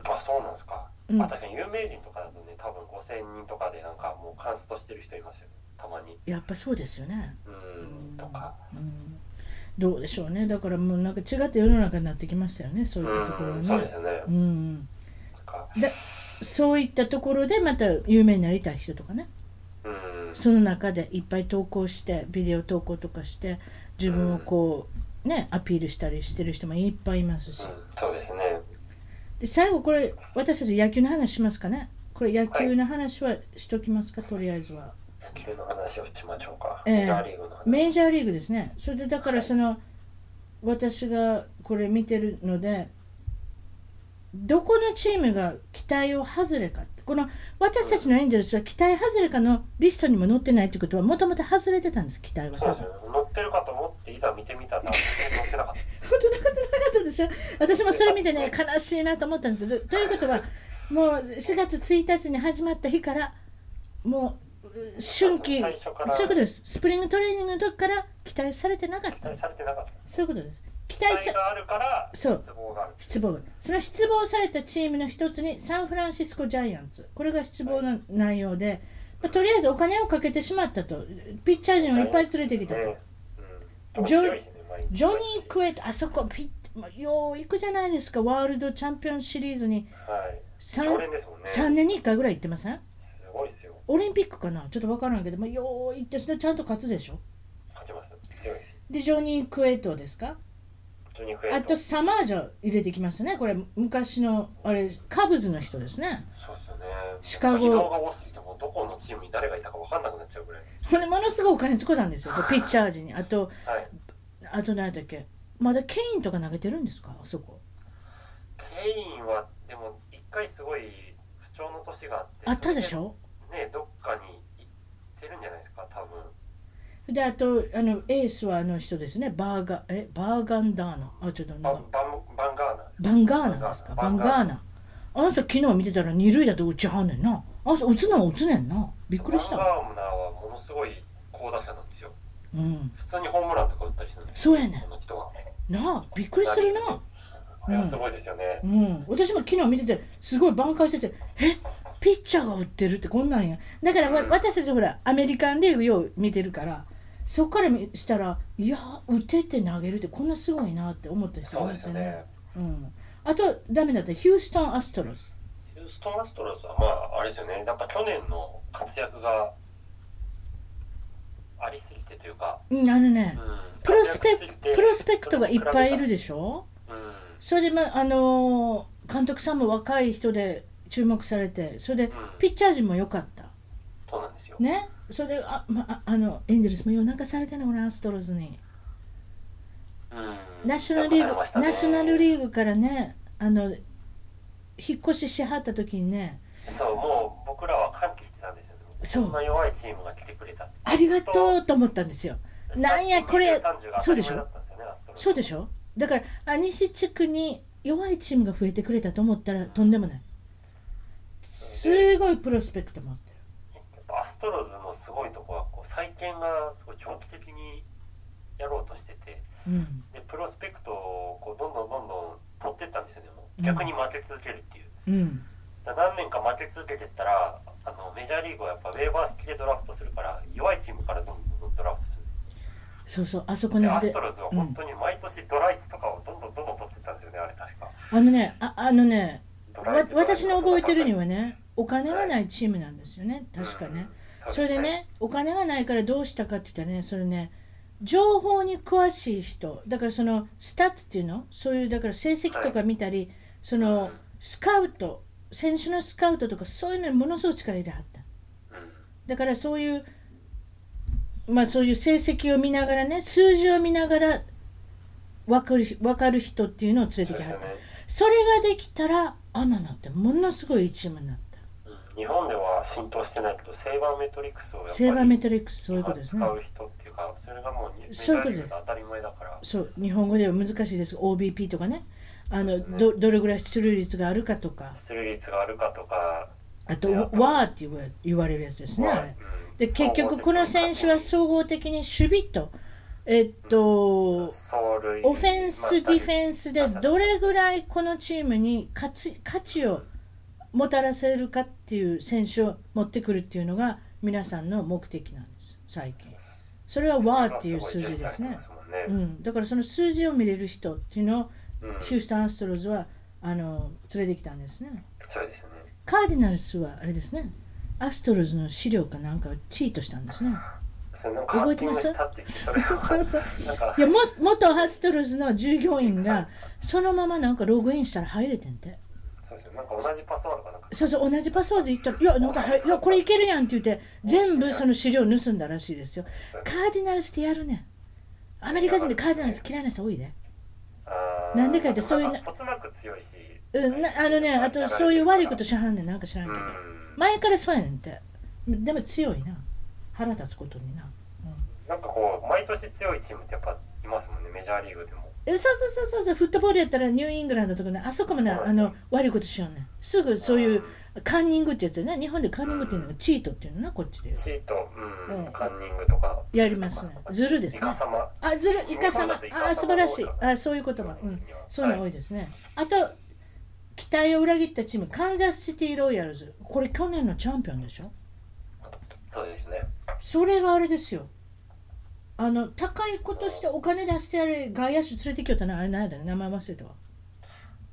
あそうなんですか、うんまあ確かに有名人とかだとね多分5000人とかでなんかもうカンストしてる人いますよねたまにやっぱそうですよねうんとかどうでしょうねだからもうなんか違って世の中になってきましたよねそういったところうはんねそうですねうんなんかでそういったところでまた有名になりたい人とかねうんその中でいっぱい投稿してビデオ投稿とかして自分をこうねアピールしたりしてる人もいっぱいいますしうんそうですねで最後これ私たち野球の話しますかねこれ野球の話はしときますかとりあえずは野球の話をしましょうか、ええメジャーリーグの話メジャーリーグですねそれでだからその私がこれ見てるのでどこのチームが期待を外れかってこの私たちのエンゼルスは期待外れかのリストにも載ってないってことはもともと外れてたんです期待はそう多です分ね乗ってるかと思っていざ見てみたら乗ってなかったですねなかったでしょ私もそれ見てね悲しいなと思ったんですとということはもう4月1日に始まった日からもうう春季そう最いう初こからとですスプリングトレーニングの時から期待されてなかっ期た待されてなかったそういうことです期期待待さがあるからそう失望がある失望その失望されたチームの一つにサンフランシスコ・ジャイアンツこれが失望の内容で、まあとりあえずお金をかけてしまったとピッチャー陣をいっぱい連れてきたと。ねうんジョ面白いですね毎日ジョニー・クエット、あそこピッ、よう行くじゃないですか、ワールドチャンピオンシリーズにはいさん常連ですもんね3年に1回ぐらい行ってませんすごいですよオリンピックかなちょっと分からんけど、まあ、よう行って、それでちゃんと勝つでしょ。勝ちます強いですで、ジョニー・クエットですかジョニークエあッとトサマージョ入れてきますね、これ、昔の、あれ、カブズの人ですね。そうですよねシカゴ移動が多すぎてもうどこのチームに誰がいたか分かんなくなっちゃうぐらいですこれ、ものすごいお金使ったんですよ、これピッチャー陣に。あと、はいあと何だっけ、まだケインとか投げてるんですか、あそこ。ケインはでも一回すごい不調の年があってあったでしょそれでねどっかに行ってるんじゃないですか多分であとあのエースはあの人ですねバーガえバーガンダーナあちょっとなバんかンバンバンガーナバンガーナですかババンンガガーーナナあの人昨日見てたら二塁だと打ちはんねんなあの人打つのは打つねんなびっくりしバンたガーナはものすごい好打者なんですようん、普通にホームランとか打ったりするんですよそうやねこの人は。んなあびっくりするなあれはすごいですよね。うん、私も昨日見ててすごい挽回してて「えピッチャーが打ってる」ってこんなんやだからわ私たちほらアメリカンリーグよう見てるからそっから見したらいや打てて投げるってこんなすごいなって思ったりそうですよね。うん、あとダメだったヒューストン・アストロズヒューストン・アストロズは、まあ、あれですよね、なんか去年の活躍がありすぎてというか、うんあのうねん、プロスペ活躍しすぎてプロスペクトがいっぱいいるうん、でしょそれで、まあのー監督さんも若い人で注目されてそれでピッチャー陣も良かったそうなんですよ。ねそれであ、まあ、あのエンゼルスも夜中されてんのかなアストロズにうん、ナショナルリーなんグ、かされナましシたョねナルリーグからねあの引っ越ししはった時にねそう、もう僕らは歓喜してたんですよね。そうんな弱いチームが来てくれたって。ありがとうと思ったんですよなんやこれそうでしょそうでょしょだからあ西地区に弱いチームが増えてくれたと思ったらとんでもないすごいプロスペクト持ってるアストロズのすごいとこはこう再建がすごい長期的にやろうとしててうんでプロスペクトをこうどんどんどんどん取ってったんですよねもううん逆に負け続けるっていうう、んだから何年か負け続けてったらあのメジャーリーグはやっぱウェーバー式でドラフトするから弱いチームからどんどんどんドラフトするそうそうあそこにででアストロズは本当に毎年ドラ1とかをどんどんどんどん取ってったんですよねあれ確かあのねああのねドわラ一ドラ二私の覚えてるにうんはねお金がないチームなんですよね確かね、そそれうすでねお金がないからどうしたかって言ったらねそれね情報に詳しい人だからそのスタッツっていうのそういうだから成績とか見たり、そのスカウト選手のスカウトとかそういうのにものすごい力入れはったうんだからそういうまあそういう成績を見ながらね数字を見ながら分かる分かる人っていうのを連れてそうきですはっよたねそれができたらアナナってものすごいいいチームになったうん日本では浸透してないけどセイバーメトリックスをやっぱりセーバーメトリックスそういうことですね使う人っていうかそれがもうメジそういャうーことリですーグで当たり前だからそう日本語では難しいです OBP とかねあのそうですねどどれぐらい出塁率があるかとか出塁率があるかとかあとで「あとわ」って言わ言われるやつですね、まああれうんで結局この選手は総合的に守備とえっと走塁オフェンス、ディフンェンスでどれぐらいこのチームに価値価値をもたらせるかっていう選手を持ってくるっていうのが皆さんの目的なんです最近スそれは「わ」っていう数字ですねうねん、だからその数字を見れる人っていうのをうんヒュースタン・アストロズはあの連れてきたんですね。そうですよねカーディナルスはあれですね、アストロズの資料かなんかをチートしたんですね。それなんかハッキングしたって言ってそ れそうそうをなんかいや、も元アストロズの従業員がそのままなんかログインしたら入れてんて。そうですよなんか同じパスワードかなんかそうそう、同じパスワード言ったら、いや、なんかはい、いや、これいけるやんって言って、全部その資料を盗んだらしいですよ。カーディナルスってやるねん。アメリカ人でカーディナルス嫌いな人多いね。あーなんでかってそういうなんかそつなく強いしうん、なあのね、あとそういう悪いことしはんねん、なんか知らんうけど。ん前からそうやねんってでも強いな腹立つことにななんかこう毎年強いチームってやっぱいますもんねメジャーリーグでもえそうそうそうそうそうフットボールやったらニューイングランドとかねあそこもねそうあそうの悪いことしようねんすぐそういうカンニングってやつだね日本でカンニングっていうのがチートっていうのなこっちでシート、うんうんカンニングとかやりますねずるですねイカ様あずるイカ様日本だとイカ様あ素晴らしいの方があそういう言葉うんそういうの多はいいですねあと期待を裏切ったチームカンザスシティロイヤルズこれ去年のチャンピオンでしょそうですねそれがあれですよあの高いことしてお金出してやれ外野手連れてきよったなあれ何やだね名前忘れたわ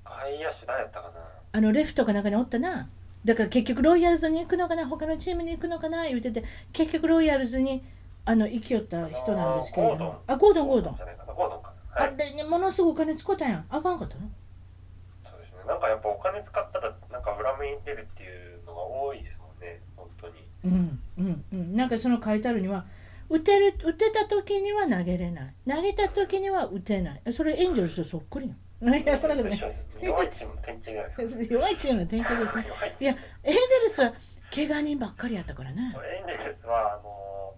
外野手誰やったかなあのレフトかなんかにおったなだから結局ロイヤルズに行くのかな他のチームに行くのかな言ってて結局ロイヤルズにあの行きよった人なんですけれどもあゴードンゴードンじゃないかなゴードンかなあはいれにものすごいお金使ったやんあかんかったのそうですねなんかやっぱお金使ったらなんか裏目に出るっていうのが多いですもんね本 当にうんうんうんなんかその書いてあるには打てる打てた時には投げれない投げた時には打てないそれエンジェルスとそっくりやんいやそれでもね一緒ですよね弱いチームの典型じゃないですそうかそう弱 いチームの典型ですね。弱いいチーや、エムンゼルスは怪我人ばっかりやったからね。そうエンゼルスはあの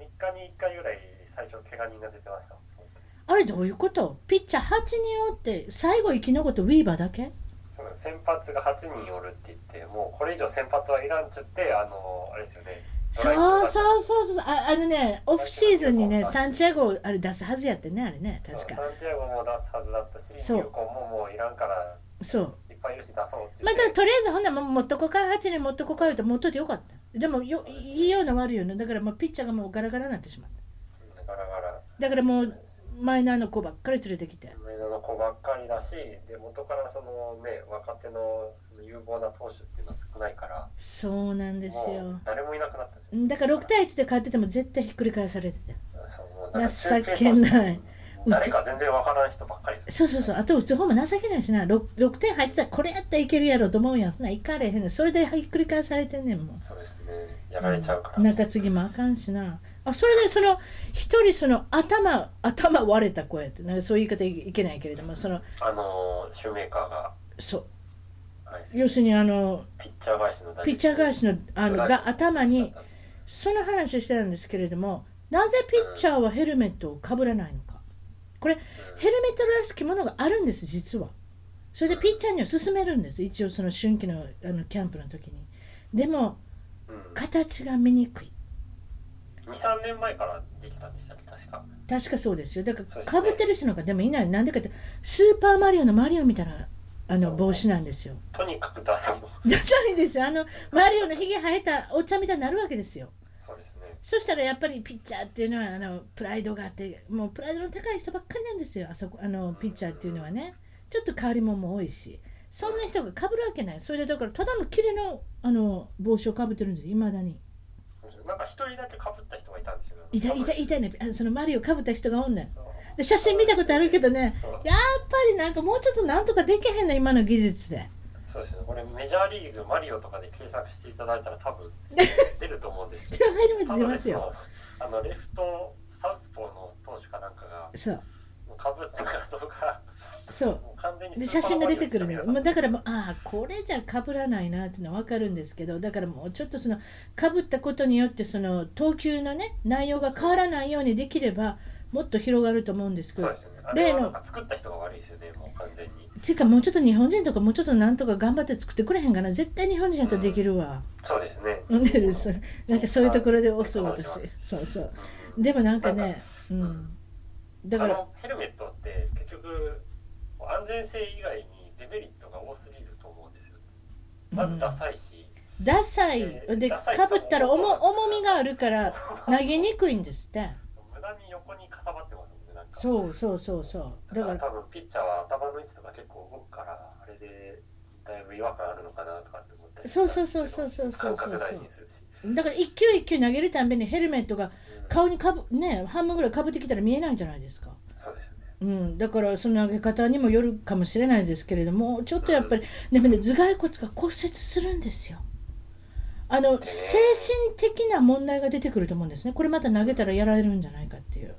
3日に1回ぐらい最初怪我人が出てましたもん本当にあれどういうことピッチャー8人おって最後生き残ったウィーバーだけその先発が8人おるって言ってもうこれ以上先発はいらんって言ってあのあれですよねそうそうそうそうああのねオフシーズンにねサンチアゴあれ出すはずやってねあれねそう確かサンティアゴも出すはずだったし、そう有効ももういらんから、そういっぱいいるし出そうってま言あだからって、とりあえずほんならもう持っとこか8年持っとこかよって持っといてよかったでもよいいような悪いようなだからもうピッチャーがもうガラガラになってしまったガラガラ、だからもうマイナーの子ばっかり連れてきて上野の子ばっかりだし、で元からそのね、若手のその有望な投手っていうのは少ないから、そうなんですもよう誰もいなくなったんですうよ。んだから6対1で勝ってても絶対ひっくり返されててそうもうなんか中継情けない誰か全然わからん人ばっかりです。そうそうそうあと打つ方も情けないしな 6, 6点入ってたらこれやったらいけるやろと思うんやんそんなんいかれへんねんそれでひっくり返されてんねんもんそうですね、やられちゃうから。中継ぎもあかんしなあそれでその一人その頭頭割れた声ってなんかそういう言い方いいけないけれどもそのあのーシューメーカーが、そうあれですね要するにあのピッチャー返しの打率ピッチャー返しのあのが頭にそうその話をしてたんですけれどもなぜピッチャーはヘルメットをかぶらないのかこれヘルメットらしきものがあるんです実はそれでピッチャーには勧めるんです一応その春季のあのキャンプの時にでもうん形が見にくい23年前からできたんでしたっけ確か確かそうですよだかそらうですかねぶってる人なんかでもいないなんでかってスーパーマリオのマリオみたいなあそのう帽子なんですよ とにかく出さもダサいですよあのマリオのひげ生えたおっちゃんみたいになるわけですよそうですねそしたらやっぱりピッチャーっていうのはあのプライドがあってもうプライドの高い人ばっかりなんですよあそこあのピッチャーっていうのはねちょっと変わり者も多いしそんな人がかぶるわけないそれでだからただのキレのあの帽子をかぶってるんですよいまだになんか一人だけかぶった人がいたんですよいたいたいたねあのそのマリオかぶった人がおんねんそうで写真見たことあるけどねやっそうぱりなんかもうちょっとなんとかできへんの今の技術でそうですねこれメジャーリーグマリオとかで検索していただいたら多 分出ると思うんですけでども初めて多出分まですすよよあのレフトサウスポーの投手かなんかがそうかぶった画像がそうもう完全にでス写ーパー真マがリ出オてくるのしかよ、見まなあ、だからもうああこれじゃかぶらないなっていうのは分かるんですけどだからもうちょっとそのかぶったことによってその投球のね内容が変わらないようにできればもっと広がると思うんですけそうどですよねあ例れのはなんか作った人が悪いですよねもう完全にていうかもうちょっと日本人とかもうちょっとなんとか頑張って作ってくれへんかな絶対日本人やったらできるわ、そうですね うん、でそなんかそういうところでお仕事してそうそうでもなんかねうんだかあらのヘルメットって結局安全性以外にデメリットが多すぎると思うんですよ、まずダサいし、ダサいえーでかダサいぶったら重重みがあるから投げにくいんですって。その無駄に横にかさばってますもんねなんかそうそうそうそうだだかからら多分ピッチャーは頭の位置とか結構動くからあれでだいぶ違和感あるのかなとかって思ったりしたんですけどそうそうそうそうそうそうそう感覚大事にするしだから一球一球投げるたんびにヘルメットが顔にかぶね半分ぐらいかぶってきたら見えないじゃないですか、そうですよねうん、だからその投げ方にもよるかもしれないですけれどもちょっとやっぱりでもね頭蓋骨が骨折するんですよあの精神的な問題が出てくると思うんですねこれまた投げたらやられるんじゃないかっていう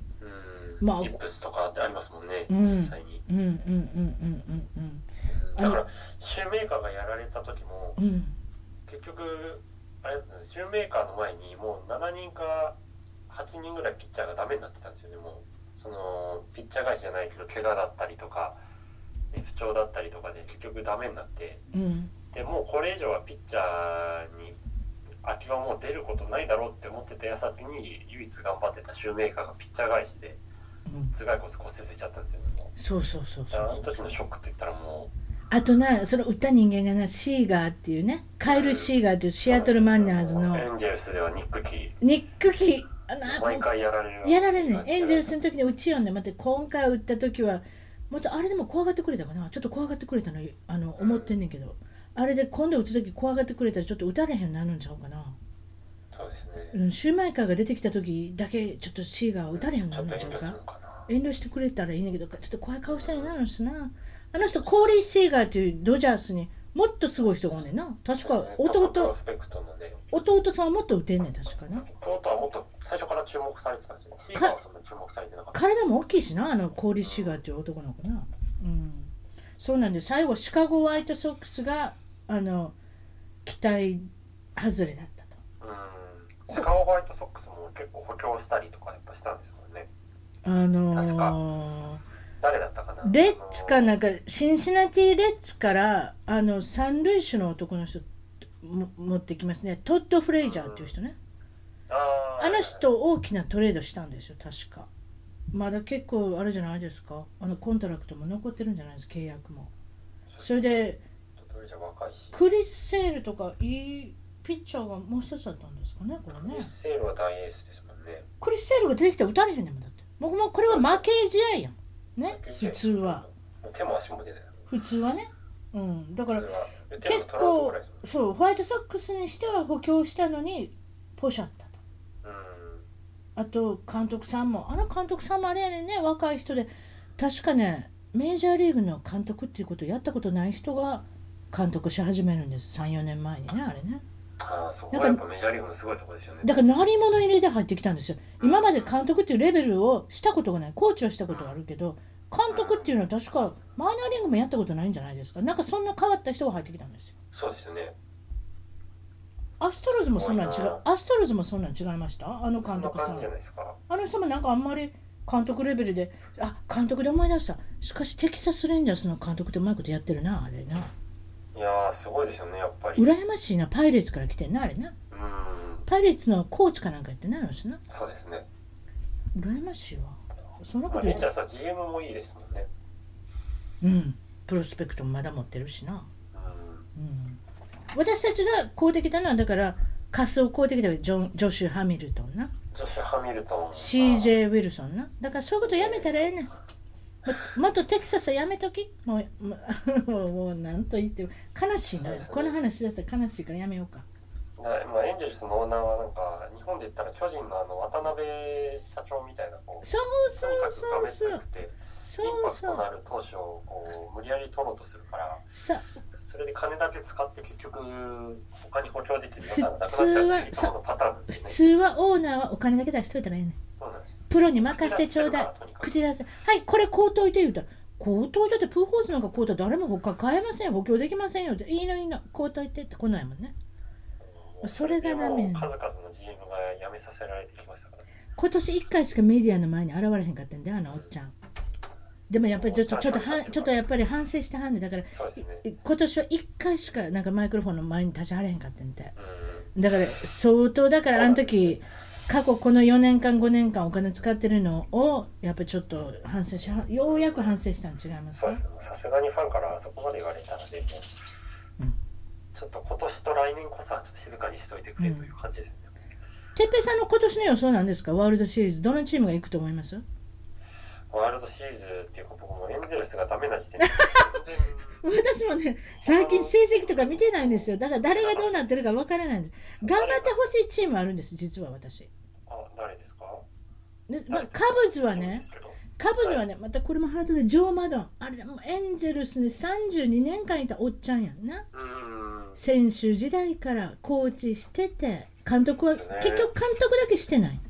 うん、まあイップスとかってありますもんね、うん実際にうんうんうんうんうんだからシューメーカーがやられた時も、うんうん結局あれですねシューメーカーの前にもう7人か8人ぐらいピッチャーがダメになってたんですよねもうそのピッチャー返しじゃないけど怪我だったりとかで不調だったりとかで結局ダメになってうんでもうこれ以上はピッチャーに空きはもう出ることないだろうって思ってた矢先に唯一頑張ってたシューメーカーがピッチャー返しでうん頭蓋骨骨折しちゃったんですよねもうそうそうそうだそかうらあの時のショックって言ったらもうあとなその打った人間がなシーガーっていうねカイル・シーガーっていうシアトル・マリナーズのエンジェルスではニック・キーニック・キーあの毎回やられるやられんねんエンゼルススの時に打ちよんねんまた今回打った時はまたあれでも怖がってくれたかなちょっと怖がってくれたのあの思ってんねんけどあれで今度打つ時怖がってくれたらちょっと打たれへんなるんちゃうかな、そうですねうん、シューマイカーが出てきた時だけちょっとシーガーは打たれへんようにちなょるっんちゃうと遠慮するかのかな遠慮してくれたらいいねんけどちょっと怖い顔してるなあの人なあの人コーリー・シーガーっていうドジャースにもっとすごい人がおんねんな確かそうですねプ弟ロスペクトのね弟さんはもっと打てんねん確かな弟はもっと最初から注目されてたんですよシーガーはそんな注目されてなかった体も大きいしなあのコーリー・シーガーっていう男の子な、うん、そうなんで最後シカゴ・ホワイトソックスがあの期待外れだったとうんスカオホワイトソックスも結構補強したりとかやっぱしたんですもんねあのー確誰だったかなレッツかあのなんかシンシナティ・レッツからあの三塁手の男の人も持ってきますねトッド・フレイジャーっていう人ねあの人大きなトレードしたんですよ確かまだ結構あれじゃないですかあのコントラクトも残ってるんじゃないですか契約もそれでトレジャー若いし、クリス・セールとかいいピッチャーがもう一つだったんですかねこれねミスセールは大エースですもんね。クリス・セールが出てきたら打たれへんねんもんだって僕もこれは負け試合やんね負け試合普通はもう手も足も出ない。普通はねうんだだからは手も結トラウトぐ構らいですもん。そうホワイトソックスにしては補強したのにポシャったとうん。あと監督さんもあの監督さんもあれやねんね若い人で確かねメジャーリーグの監督っていうことをやったことない人が監督し始めるんです34年前にねあれねああ、そこはやっぱメジャーリーグのすごいところですよね。だから鳴り物入れで入ってきたんですよ今まで監督っていうレベルをしたことがないコーチはしたことがあるけど監督っていうのは確かマイナーリーグもやったことないんじゃないですかなんかそんな変わった人が入ってきたんですよそうですよね。アストロズもそんなん違すごいうなアストロズもそんなん違いましたあのそ監んな督さ感んじじゃないですか。あの人もなんかあんまり監督レベルであ監督で思い出したしかしテキサス・レンジャースの監督ってうまいことやってるなあれないやー、すごいですよね、やっぱり。うん。羨ましいなパイレーツから来てんなあれなパイレーツのコーチかなんかやってないのしなそうですね。羨ましいわそんなこまあ、と言レうンジャーズは GM もいいですもんね。うんプロスペクトもまだ持ってるしなうん。私たちがこうできたのはだからカスをこうできたジョンジョシュ・ハミルトンなジョシュ・ハミルトン。 CJ ・ウィルソンなだからそういうことやめたらええねんももっとテキサスはやめときもうもうもうもうなんと言っても悲しいな、そうですねこの話出したら悲しいからやめようかなまあ、エンジェルスのオーナーはなんか日本で言ったら巨人のあの渡辺社長みたいなこうそうそとにかくがうめつそうくてそインうパクそトのあうる投手をこう無理やり取ろうとするからさそれで金だけ使って結局他に補強できる予算がなくなっ普ち通ゃうはっていういつものパターンなんで普すよね。通はオーナーはお金だけ出しといたらええねんそうなんですよプロに任せてちょうだい口口出せはいこれ口頭で言うたら口頭だってプーホースなんか口頭誰も他買えませんよ補強できませんよっていいのいいの口頭言ってって来ないもんねそれがダメでも数々の GM が辞めさせられてきましたからね。今年1回しかメディアの前に現れへんかったんであのおっちゃんでもやっぱりちょっとちょっとはんちょっとやっぱり反省してはんねんだからそうですね。い今年は1回しかなんかマイクロフォンの前に立ちはれへんかったんでうん。だから相当だからあの時過去この4年間5年間お金使ってるのをやっぱりちょっと反省しはようやく反省したん違いますそうですね。さすがにファンからあそこまで言われたらね、もう、うんちょっと今年と来年こそはちょっと静かにしといてくれという感じですね。てっぺいさんの今年の予想なんですかワールドシリーズどのチームが行くと思いますワールドシリーズっていうか僕もエンゼルスがダメな 時点で全然私もね最近成績とか見てないんですよだから誰がどうなってるかわからないんです頑張ってほしいチームあるんです実は私あ誰ですかで、まあ、カブズはそうでねすけどカブズはねまたこれも腹立てジョー・マドンあれもうエンゼルスに32年間いたおっちゃんやんなうーん選手時代からコーチしてて監督はそ結う局ね監督だけしてない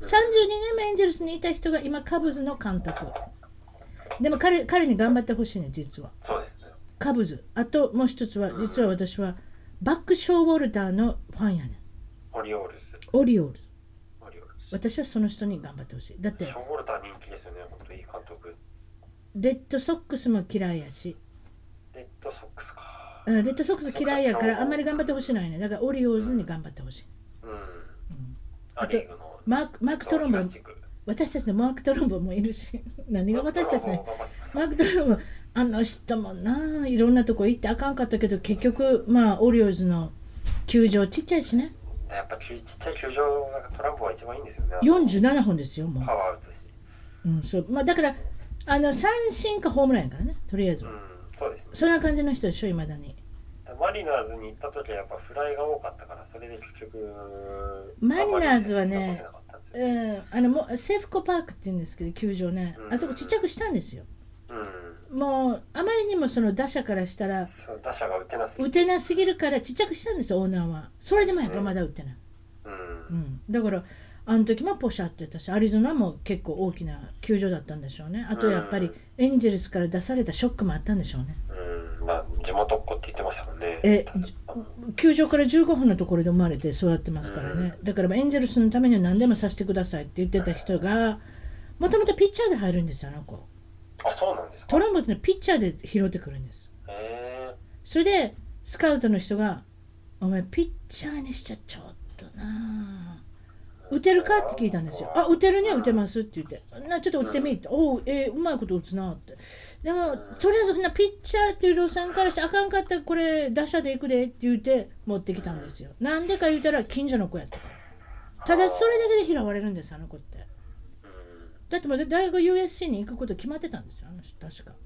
32年目エンゼルスにいた人が今カブズの監督でも彼彼に頑張ってほしいね実はそうですねカブズあともう一つは実は私はバック・ショーウォルターのファンやねんオリオールズオリオールズオリオールズ私はその人に頑張ってほしいだってショーボルター人気ですよね本当いい監督レッドソックスも嫌いやしレッドソックスかあレッドソックス嫌いやからあんまり頑張ってほしいのよねだからオリオールズに頑張ってほしいうんア・リーグのマークマークトロンボ東地区私たちのマーク・トロンボもいるし 何が私たちマーのクトロンボ頑張ってますマーク・トロンボあの人もないろんなとこ行ってあかんかったけど結局まあオリオールズの球場ちっちゃいしねやっぱちっちゃい球場がトランプは一番いいんですよね47本ですよもうパワー打つしうん、そうまあだからあの三振かホームランやからねとりあえずうは、んそうですねそんな感じの人でしょいまだにマリナーズに行った時はやっぱフライが多かったからそれで結局マリナーズはねあんまり成績残せなかったんですうよんあのもうセーフコパークって言うんですけど球場ねうんあそこちっちゃくしたんですようんもうあまりにもその打者からしたらそう打者が打てなすぎ打てなすぎるからちっちゃくしたんですよオーナーはそれでもやっぱまだ打ってない、うんうん、だからあの時もポシャって言ったしアリゾナも結構大きな球場だったんでしょうねあとやっぱりエンジェルスから出されたショックもあったんでしょうねうんまあ地元っ子って言ってましたもんねえたずあの球場から15分のところで生まれて育ってますからね、だからエンゼルスのためには何でもさせてくださいって言ってた人がもともとピッチャーで入るんですよあの子あそうなんですかトランボっていうのはピッチャーで拾ってくるんですへえそれでスカウトの人が「お前ピッチャーにしちゃちょっとなあ打てるかって聞いたんですよ。あ、打てるには打てますって言って、なちょっと打ってみって、おう、えーうまいこと打つなって。でも、とりあえずそんなピッチャーっていう量産からして、あかんかったらこれ、打者で行くでって言って持ってきたんですよ。なんでか言うたら、近所の子やったから。ただ、それだけで拾われるんです、あの子って。うだってもう大学 USC に行くこと決まってたんですよ、あの人、確か。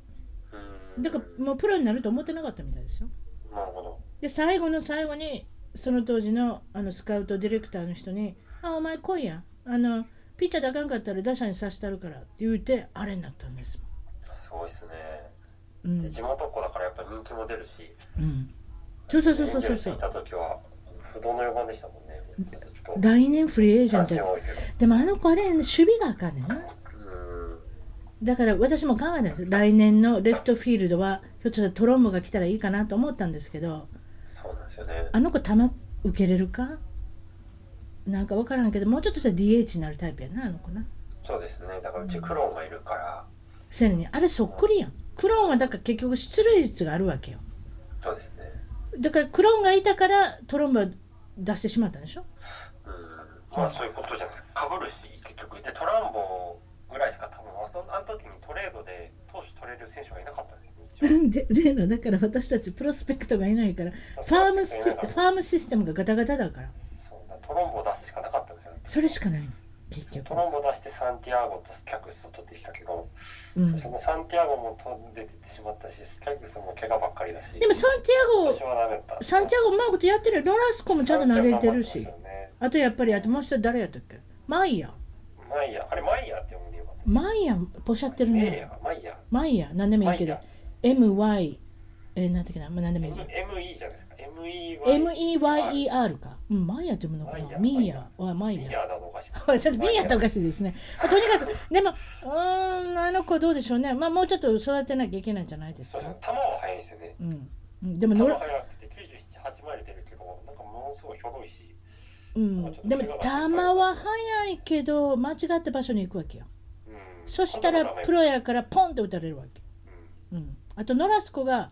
ん。だから、もうプロになると思ってなかったみたいですよ。ら、なるほど。で最後の最後にその当時のあのスカウトディレクターの人に「あお前来いやあのピッチャーであかんかったら打者にさしたるから」って言うてあれになったんですすごいですね。もん、うんうで、地元っ子だからやっぱ人気も出るし、ん、そうそうそうそうそうそエンうゼルスにいた時は不動の4番でしたもんね。ずっと。来年フリーエージェン三ト振や多いけど。でもあの子あれ、ね、守備があかんねんなうん。だから私も考えたんです来年のレフトフィールドはひょっとしたらトロンボが来たらいいかなと思ったんですけどそうなんですよね。あの子球受けれるかなんか分からんけどもうちょっとしたら DH になるタイプやなあの子なそうですね。だからうちクローンがいるから、せやねんあれそっくりやんクローンはだから結局出塁率があるわけよそうですね。だからクローンがいたからトロンボは出してしまったんでしょうん。まあそういうことじゃない。かぶるし、結局。で、トランボぐらいしか多分、あそあの時にトレードで投手取れる選手がいなかったんですよね、一 応。で例のだから私たちプロスペクトがいないからファームスチファームシステムがガタガタだからそうだトロンボを出すしかなかったんですよ。それしかないの結ト局ロンボを出してサンティアゴとスキャクスを取ってきたけど、うんそのサンティアゴも飛んでてしまったし、スキャクスも怪我ばっかりだし、でもサンティア私はダメだった。ゴサンティアゴうまいことやってるよロラスコもちゃんと投げれてるしサンティアゴ頑張ってますよねあとやっぱりあともう一人誰やったっけマイヤーマイヤー、あれマイヤーって読むでよかった。マイヤーポシャってるメイヤねー、マイヤー。マイヤー何でもいいけどマイヤ MY えー、なんだっけな、まあ、何でもいい M- や ME じゃないですか。MEY。 MEYER か。うん、マイヤーって読むのかマイヤな。ーミーヤー。あ、マミイーヤー。ヤーなのおかしい。 ちょっとミーヤーっておかしいですね。まあとにかく、でも、うーん、あの子どうでしょうね。まあ、もうちょっと育てなきゃいけないんじゃないですそうですねか。。球は速いんですよね。うん。うんでも球のはら、速くて97、8マイル出るけど、なんかものすごいひょろいし、うん。でも、球は速いけど、間違った場所に行くわけよ。うんそしたら、プロやから、ポンって打たれるわけ。うん。あと、ノラスコが、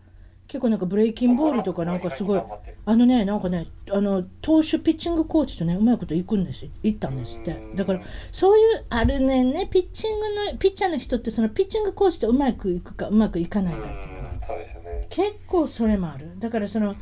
結構なんかブレイキンボールとかなんかすごいそうノラスコは意外に頑張ってるあのねなんかねあの投手ピッチングコーチとねうまいこと行くんです行ったんですってうんだからそういうあるねんねピッチングのピッチャーの人ってそのピッチングコーチとうまくいくかうまくいかないかっていううん、そうですよね。結構それもあるだからその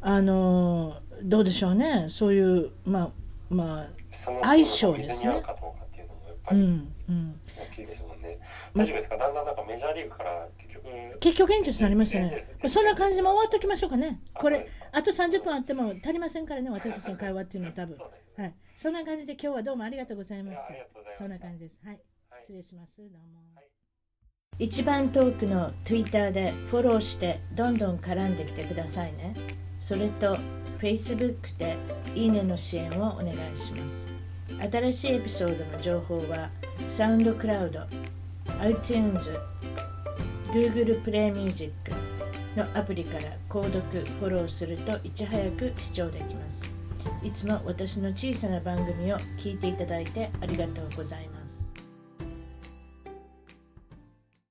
あのどうでしょうねそういうまあまあその相性ですね水に合うかどうかっていうのもやっぱうりんうん大きいですもんね。大丈夫ですかだんだんなんかメジャーリーグから結局、結局現実になりましたね現実まあそんな感じでもう終わっときましょうかねあこそうれですかあと30分あっても足りませんからね私たちの会話っていうのは多分そうですねはいそんな感じで今日はどうもありがとうございましたいやありがとうございましたそんな感じですはいはい失礼しますどうもはい一番トークの Twitter でフォローしてどんどん絡んできてくださいねそれと Facebook でいいねの支援をお願いします新しいエピソードの情報はサウンドクラウド iTunes Google プレイミュージックのアプリから購読フォローするといち早く視聴できますいつも私の小さな番組を聞いていただいてありがとうございます